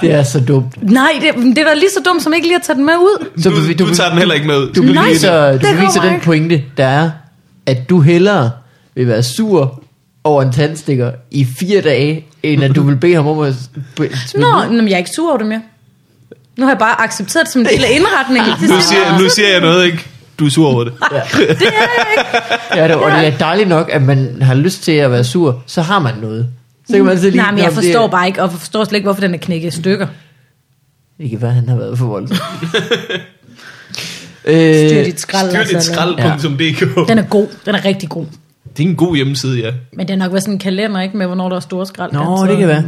Det er så dumt. Nej, det, det er da lige så dumt, som ikke lige at tage den med ud. Så Du, du, tager den heller ikke med ud. du Skal vi lige- Nej. beviser, det du beviser kommer den ikke. pointe, der er, at du hellere vil være sur over en tandstikker i fire dage, end at du vil bede ham om at sp- smide Nå, den ud. men jeg er ikke sur over det mere. Nu har jeg bare accepteret det som en del af *laughs* indretningen. Det Nu siger siger, jeg- nu siger jeg noget, ikke? Du er sur over det. Det er jeg ikke. Ja, det, og det er dejligt nok, at man har lyst til at være sur, så har man noget. Så kan man altid Altså lige... Nej, men jeg "Nå, men forstår det, Øh, bare ikke, og forstår slet ikke, hvorfor den er knækket i stykker. Det kan være, han har været for *laughs* voldsom. Styr øh, dit skrald. Styr dit altså, eller- skrald.dk. Den er god. Den er rigtig god. Det er en god hjemmeside, ja. Men det har nok været sådan en kalender, ikke? Med, hvornår der er store skrald. Nå, Altså, det kan være.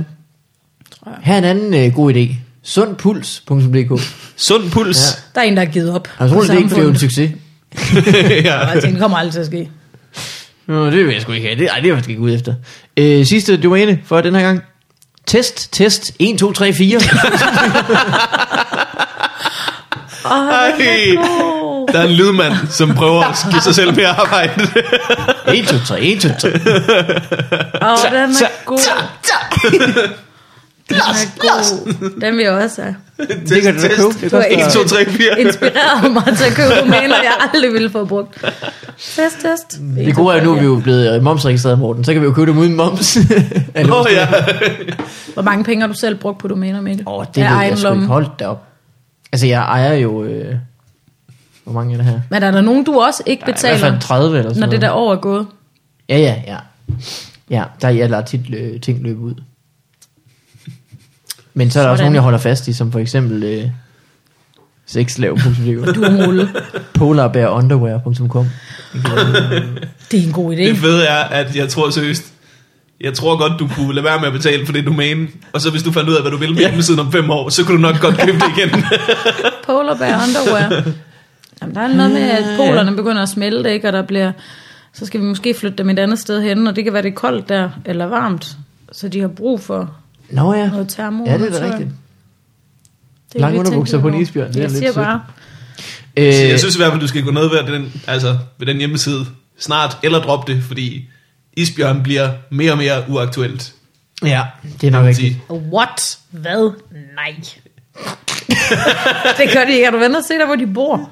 Her er en anden øh, god idé. Sundpuls.dk Sund puls. Der er en, der har givet op. Jeg tror, det ikke blev en Samfundet. succes. *laughs* ja. Og jeg tænkte, det kommer aldrig til at ske. Nå, det vil jeg sgu ikke have. Det, ej, det var jeg sgu ikke ude efter. Øh, sidste domæne for den her gang. Test, test, 1, 2, 3, 4. Ej. Der er en lydmand, som prøver at give sig selv mere arbejde. 1, 2, 3, 1, 2, 3. Åh, den er god. Den er god. Den vil jeg også have. Det kan du da købe. Det Du har koster- 1, 2, 3, 4. inspireret mig til at købe romaner, jeg aldrig ville få brugt. Test, test. Det gode er, at nu er vi jo blevet øh, momsregistreret, Morten. Så kan vi jo købe dem uden moms. Eller- Åh oh, ja. Hvor mange penge har du selv brugt på domæner, Mikkel? Åh, det ved Af jeg egen sgu lomme. ikke. Hold da op. Altså, jeg ejer jo... Øh, hvor mange er der her? Men er der nogen, du også ikke Der er I hvert betaler, fald 30 eller sådan når det der noget. år er gået? Ja, ja, ja. Ja, der jeg lader tit øh, ting løbe ud. Men så er der også Sådan. nogen, jeg holder fast i, som for eksempel... Øh, sexslav.dk Du er rulle. polarbearunderwear.com Det er en god idé. Det fede er, at jeg tror seriøst, jeg tror godt, du kunne lade være med at betale for det domæne. Og så hvis du fandt ud af, hvad du ville med hjemmesiden om fem år, så kunne du nok godt købe det igen. Polar bear *laughs* underwear. Jamen, der er noget med, at polerne begynder at smelte, ikke? Og der bliver... Så skal vi måske flytte dem et andet sted hen, og det kan være, det er koldt der, eller varmt. Så de har brug for Nå ja. noget termo. Ja, det er da undertøj. rigtigt. Det kan Lange vi tænke underbukser lidt på en over. isbjørn, det er Jeg lidt siger sødt. bare, Så *laughs* Øh, jeg synes i hvert fald, du skal gå ned ved den, altså, ved den hjemmeside snart, eller droppe det, fordi isbjørn bliver mere og mere uaktuelt. ja, det er kan nok man rigtigt. sige. what? Hvad? Nej. det gør de ikke. Er du venner og se der, hvor de bor?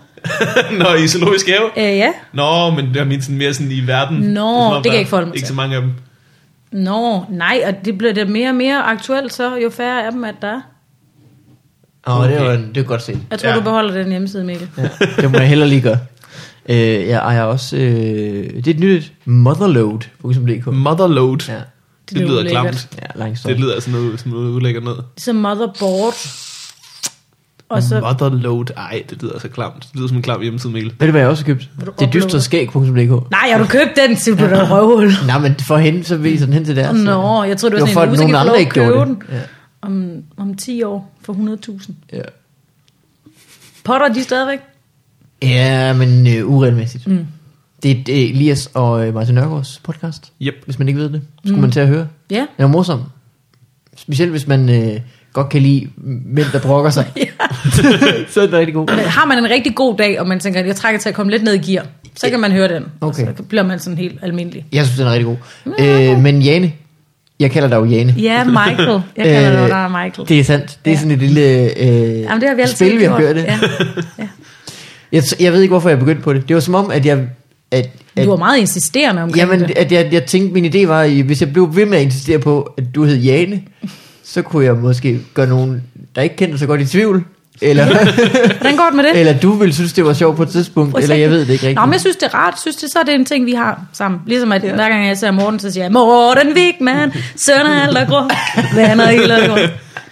Nå, i zoologisk have. Øh, ja. Nå, men jeg mener sådan mere sådan i verden. Nå, er som om, det kan der jeg ikke forholde mig Ikke til. så mange af dem. Nå, nej, og det bliver det mere og mere aktuelt, så jo færre af dem, at der er. Åh, okay. det, var, Okay. det var godt set. Jeg tror, Ja. ja. du beholder den hjemmeside, Mikkel. Ja, det må jeg heller lige gøre. Øh, jeg ejer også, øh, det er et nyt motherload.dk. Motherload. Ja, Det, det lyder ulækkert. klamt. ja langt story. Mm. Det lyder sådan noget, sådan noget ulækkert noget. Så motherboard. Og så, Motherload. Ej, det lyder så klamt. Det lyder som en klam hjemmeside, Mikkel. Ved du, hvad jeg også har købt? du Det er uploade? dysterskæg.dk. nej, har du købt den, siger du, der røvhul. Nej, men for hende, så viser den hen til der. så- Nå, jeg troede, Det det var sådan var en for, at usikker nogen lov andre at ikke købe gjorde den det. Ja. om, om 10 år for 100.000. Ja. Potter de stadigvæk? Ja, men øh, uregelmæssigt. Mm. Det er øh, Elias og øh, Martin Nørgaards podcast. Yep. Hvis man ikke ved det, skulle mm. man til at høre. Ja. Den er morsom. Specielt hvis man øh, godt kan lide mænd, der brokker *laughs* sig. *laughs* så er den rigtig god. Men Har man en rigtig god dag, og man tænker, at jeg trækker til at komme lidt ned i gear, så kan man høre den. Okay. Og så bliver man sådan helt almindelig. Jeg synes, den er rigtig god. Øh, men Jane, jeg kalder dig jo Jane. Ja, Michael. Jeg kalder dig, der er Michael. Øh, Det er sandt. Det er Ja. sådan et lille øh, Jamen, det har vi altid spil, vi har gjort. kørt. Ja. Ja. Jeg, jeg ved ikke, hvorfor jeg begyndte på det. Det var som om, at jeg... At, at, Du var meget insisterende omkring Jamen, det. at jeg, jeg tænkte, min idé var, at hvis jeg blev ved med at insistere på, at du hed Jane, så kunne jeg måske gøre nogen, der ikke kendte dig så godt i tvivl. *laughs* Eller, Hvordan går det med det? eller du ville synes, det var sjovt på et tidspunkt, eller jeg ved det ikke rigtigt. Nå, men jeg synes, det er rart. Jeg synes, det, så er det en ting, vi har sammen. Ligesom at ja. hver gang jeg ser Morten, så siger jeg, Morten Wigman, søn af alt og grå, vand og ild og grå. Ja,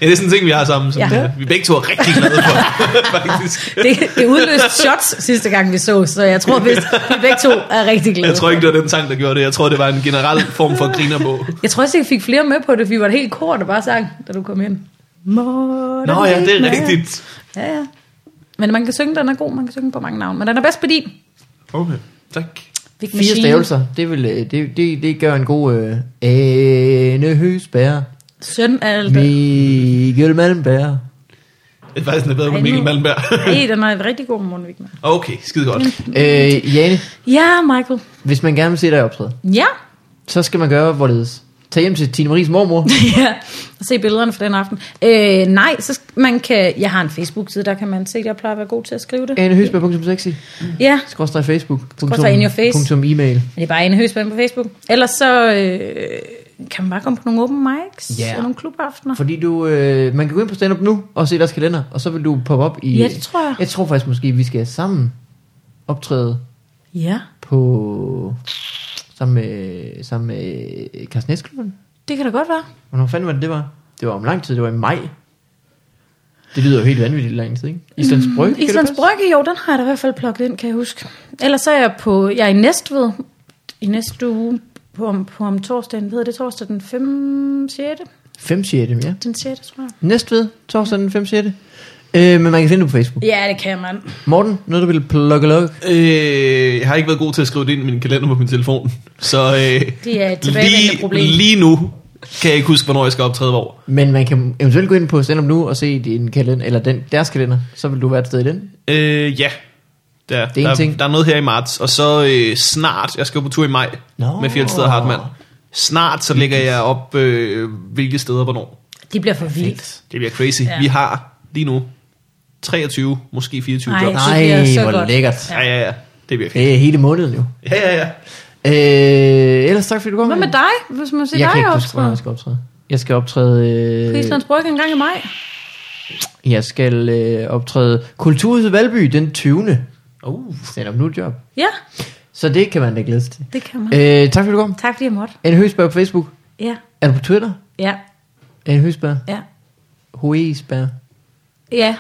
det er sådan en ting, vi har sammen. Som Ja. ja. Vi begge to er rigtig glade *laughs* for, faktisk. Det, det udløste shots sidste gang, vi så, så jeg tror, vist, vi begge to er rigtig glade. Jeg tror ikke, det var den sang, der gjorde det. Jeg tror, det var en *laughs* generel form for griner på. Jeg tror også, jeg fik flere med på det, for vi var et helt kort, der bare sang, da du kom ind. Morten Nå ja, det er Wigman. rigtigt. Ja, ja. Men man kan synge, den er god, man kan synge på mange navne. Men den er bedst på din. Okay, tak. Big Fire Machine. stavelser, det, vil, øh, det, det, det gør en god øh, Ane Høsberg, Søn af alt. det. Mikkel Malmberg. Det er faktisk den er bedre med Ej, Mikkel nu- Malmberg. Hey, E, den er rigtig god, Morten Wigman. *laughs* okay, skide godt. Øh, Jane, Ja, Michael. hvis man gerne vil se dig optræde, Ja. så skal man gøre hvorledes. Tag hjem til Tine Maries *laughs* mormor. ja. Og se billederne fra den aften. Øh, nej, så sk- man kan... Jeg har en Facebook-side, der kan man se, at jeg plejer at være god til at skrive det. Ane Høsberg.sexy. Ja, Skråstrej Facebook. Skråstreg in your face. Punktum e-mail. Men det er bare en højspænd på Facebook. Ellers så øh, kan man bare komme på nogle open mics Ja. yeah. og nogle klubaftener. For... Fordi du, øh, man kan gå ind på stand-up nu og se deres kalender, og så vil du poppe op i... Ja, det tror jeg. Jeg tror faktisk måske, vi skal sammen optræde Ja, på... Sammen med, sammen med øh, Carsten Eskelund. det kan da godt være. Hvornår fanden var det, det var? Det var om lang tid, det var i maj. Det lyder jo helt vanvittigt lang tid, ikke? Islands Brygge, kan det Mm, Islands passe? Brygge, jo, den har jeg da i hvert fald plukket ind, kan jeg huske. Ellers så er jeg på, jeg er i Næstved i næste uge på, om- på om torsdagen. Hvad hedder det torsdag den 5. 6. 5. 6. ja. Den 6. tror jeg. Næstved, torsdag den 5. 6. Øh, men man kan finde det på Facebook. Ja, det kan man. Morten, noget du vil plukke luk? Øh, jeg har ikke været god til at skrive det ind i min kalender på min telefon. Så øh, Det er et tilbagevendende lige, problem. lige nu kan jeg ikke huske, hvornår jeg skal optræde hvor. Men man kan eventuelt gå ind på stand nu og se din kalender, eller den, deres kalender, så vil du være et sted i den. Øh, ja, der, er en der, ting. der er noget her i marts. Og så øh, snart, jeg skal jo på tur i maj Nå. med Fjeldsted og Hartmann. Snart så lægger jeg op, øh, hvilke steder hvornår. Det bliver for vildt. Det bliver crazy. Ja. Ja. Vi har lige nu 23, måske 24 Ej. jobs. Nej, bliver så hvor godt. lækkert. Ja, ja, ja. Det bliver fedt. Det er hele måneden jo. Ja, ja, ja. Øh, ellers tak fordi du kom. Hvad med dig, hvis man ser Jeg kan dig ikke huske, hvornår optræde? jeg skal optræde. Jeg skal optræde... På Øh, Islands Brygge en gang i maj. jeg skal øh, optræde Kulturhuset Valby den 20. Uh. Stand up nu job. Ja, Så det kan man da glæde sig til. det kan man. Øh. Øh, tak fordi du kom. Tak fordi jeg måtte. Anne Høsberg på Facebook. Ja, Er du på Twitter? ja, Anne Høsberg. ja. Høsberg. Ja,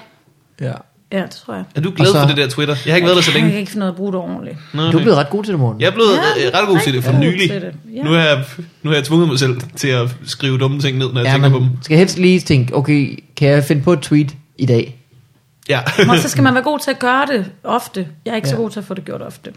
Ja. ja det tror jeg. Er du glad Og så- for det der Twitter? Jeg har ikke været der så Jeg længe. kan ikke finde noget at bruge det ordentligt. Nå, Du er okay. blevet ret god til det, Morten. Jeg er blevet Ja, ja, øh, ret god til det for rigtig god nylig. til det, ja. Nu, har jeg, nu har jeg tvunget mig selv til at skrive dumme ting ned, når jeg ja, tænker på dem. man skal helst lige tænke, okay, kan jeg finde på et tweet i dag? Ja. *laughs* Og så skal man være god til at gøre det ofte. Jeg er ikke ja. så Ja. god til at få det gjort ofte.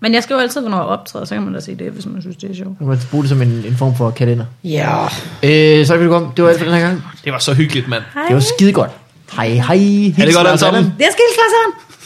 Men jeg skriver altid, hvornår jeg optræder, så kan man da se det, hvis man synes, det er sjovt. Nu kan man bruge det som en, en form for kalender. Ja. Øh, så er vi kom. Det var alt for den her gang. det var så hyggeligt, mand. Hej. Det var skide godt. Hej, hej. Er det godt, alle Hils Lars sammen? Allan. Jeg skal hilse Lars Arn.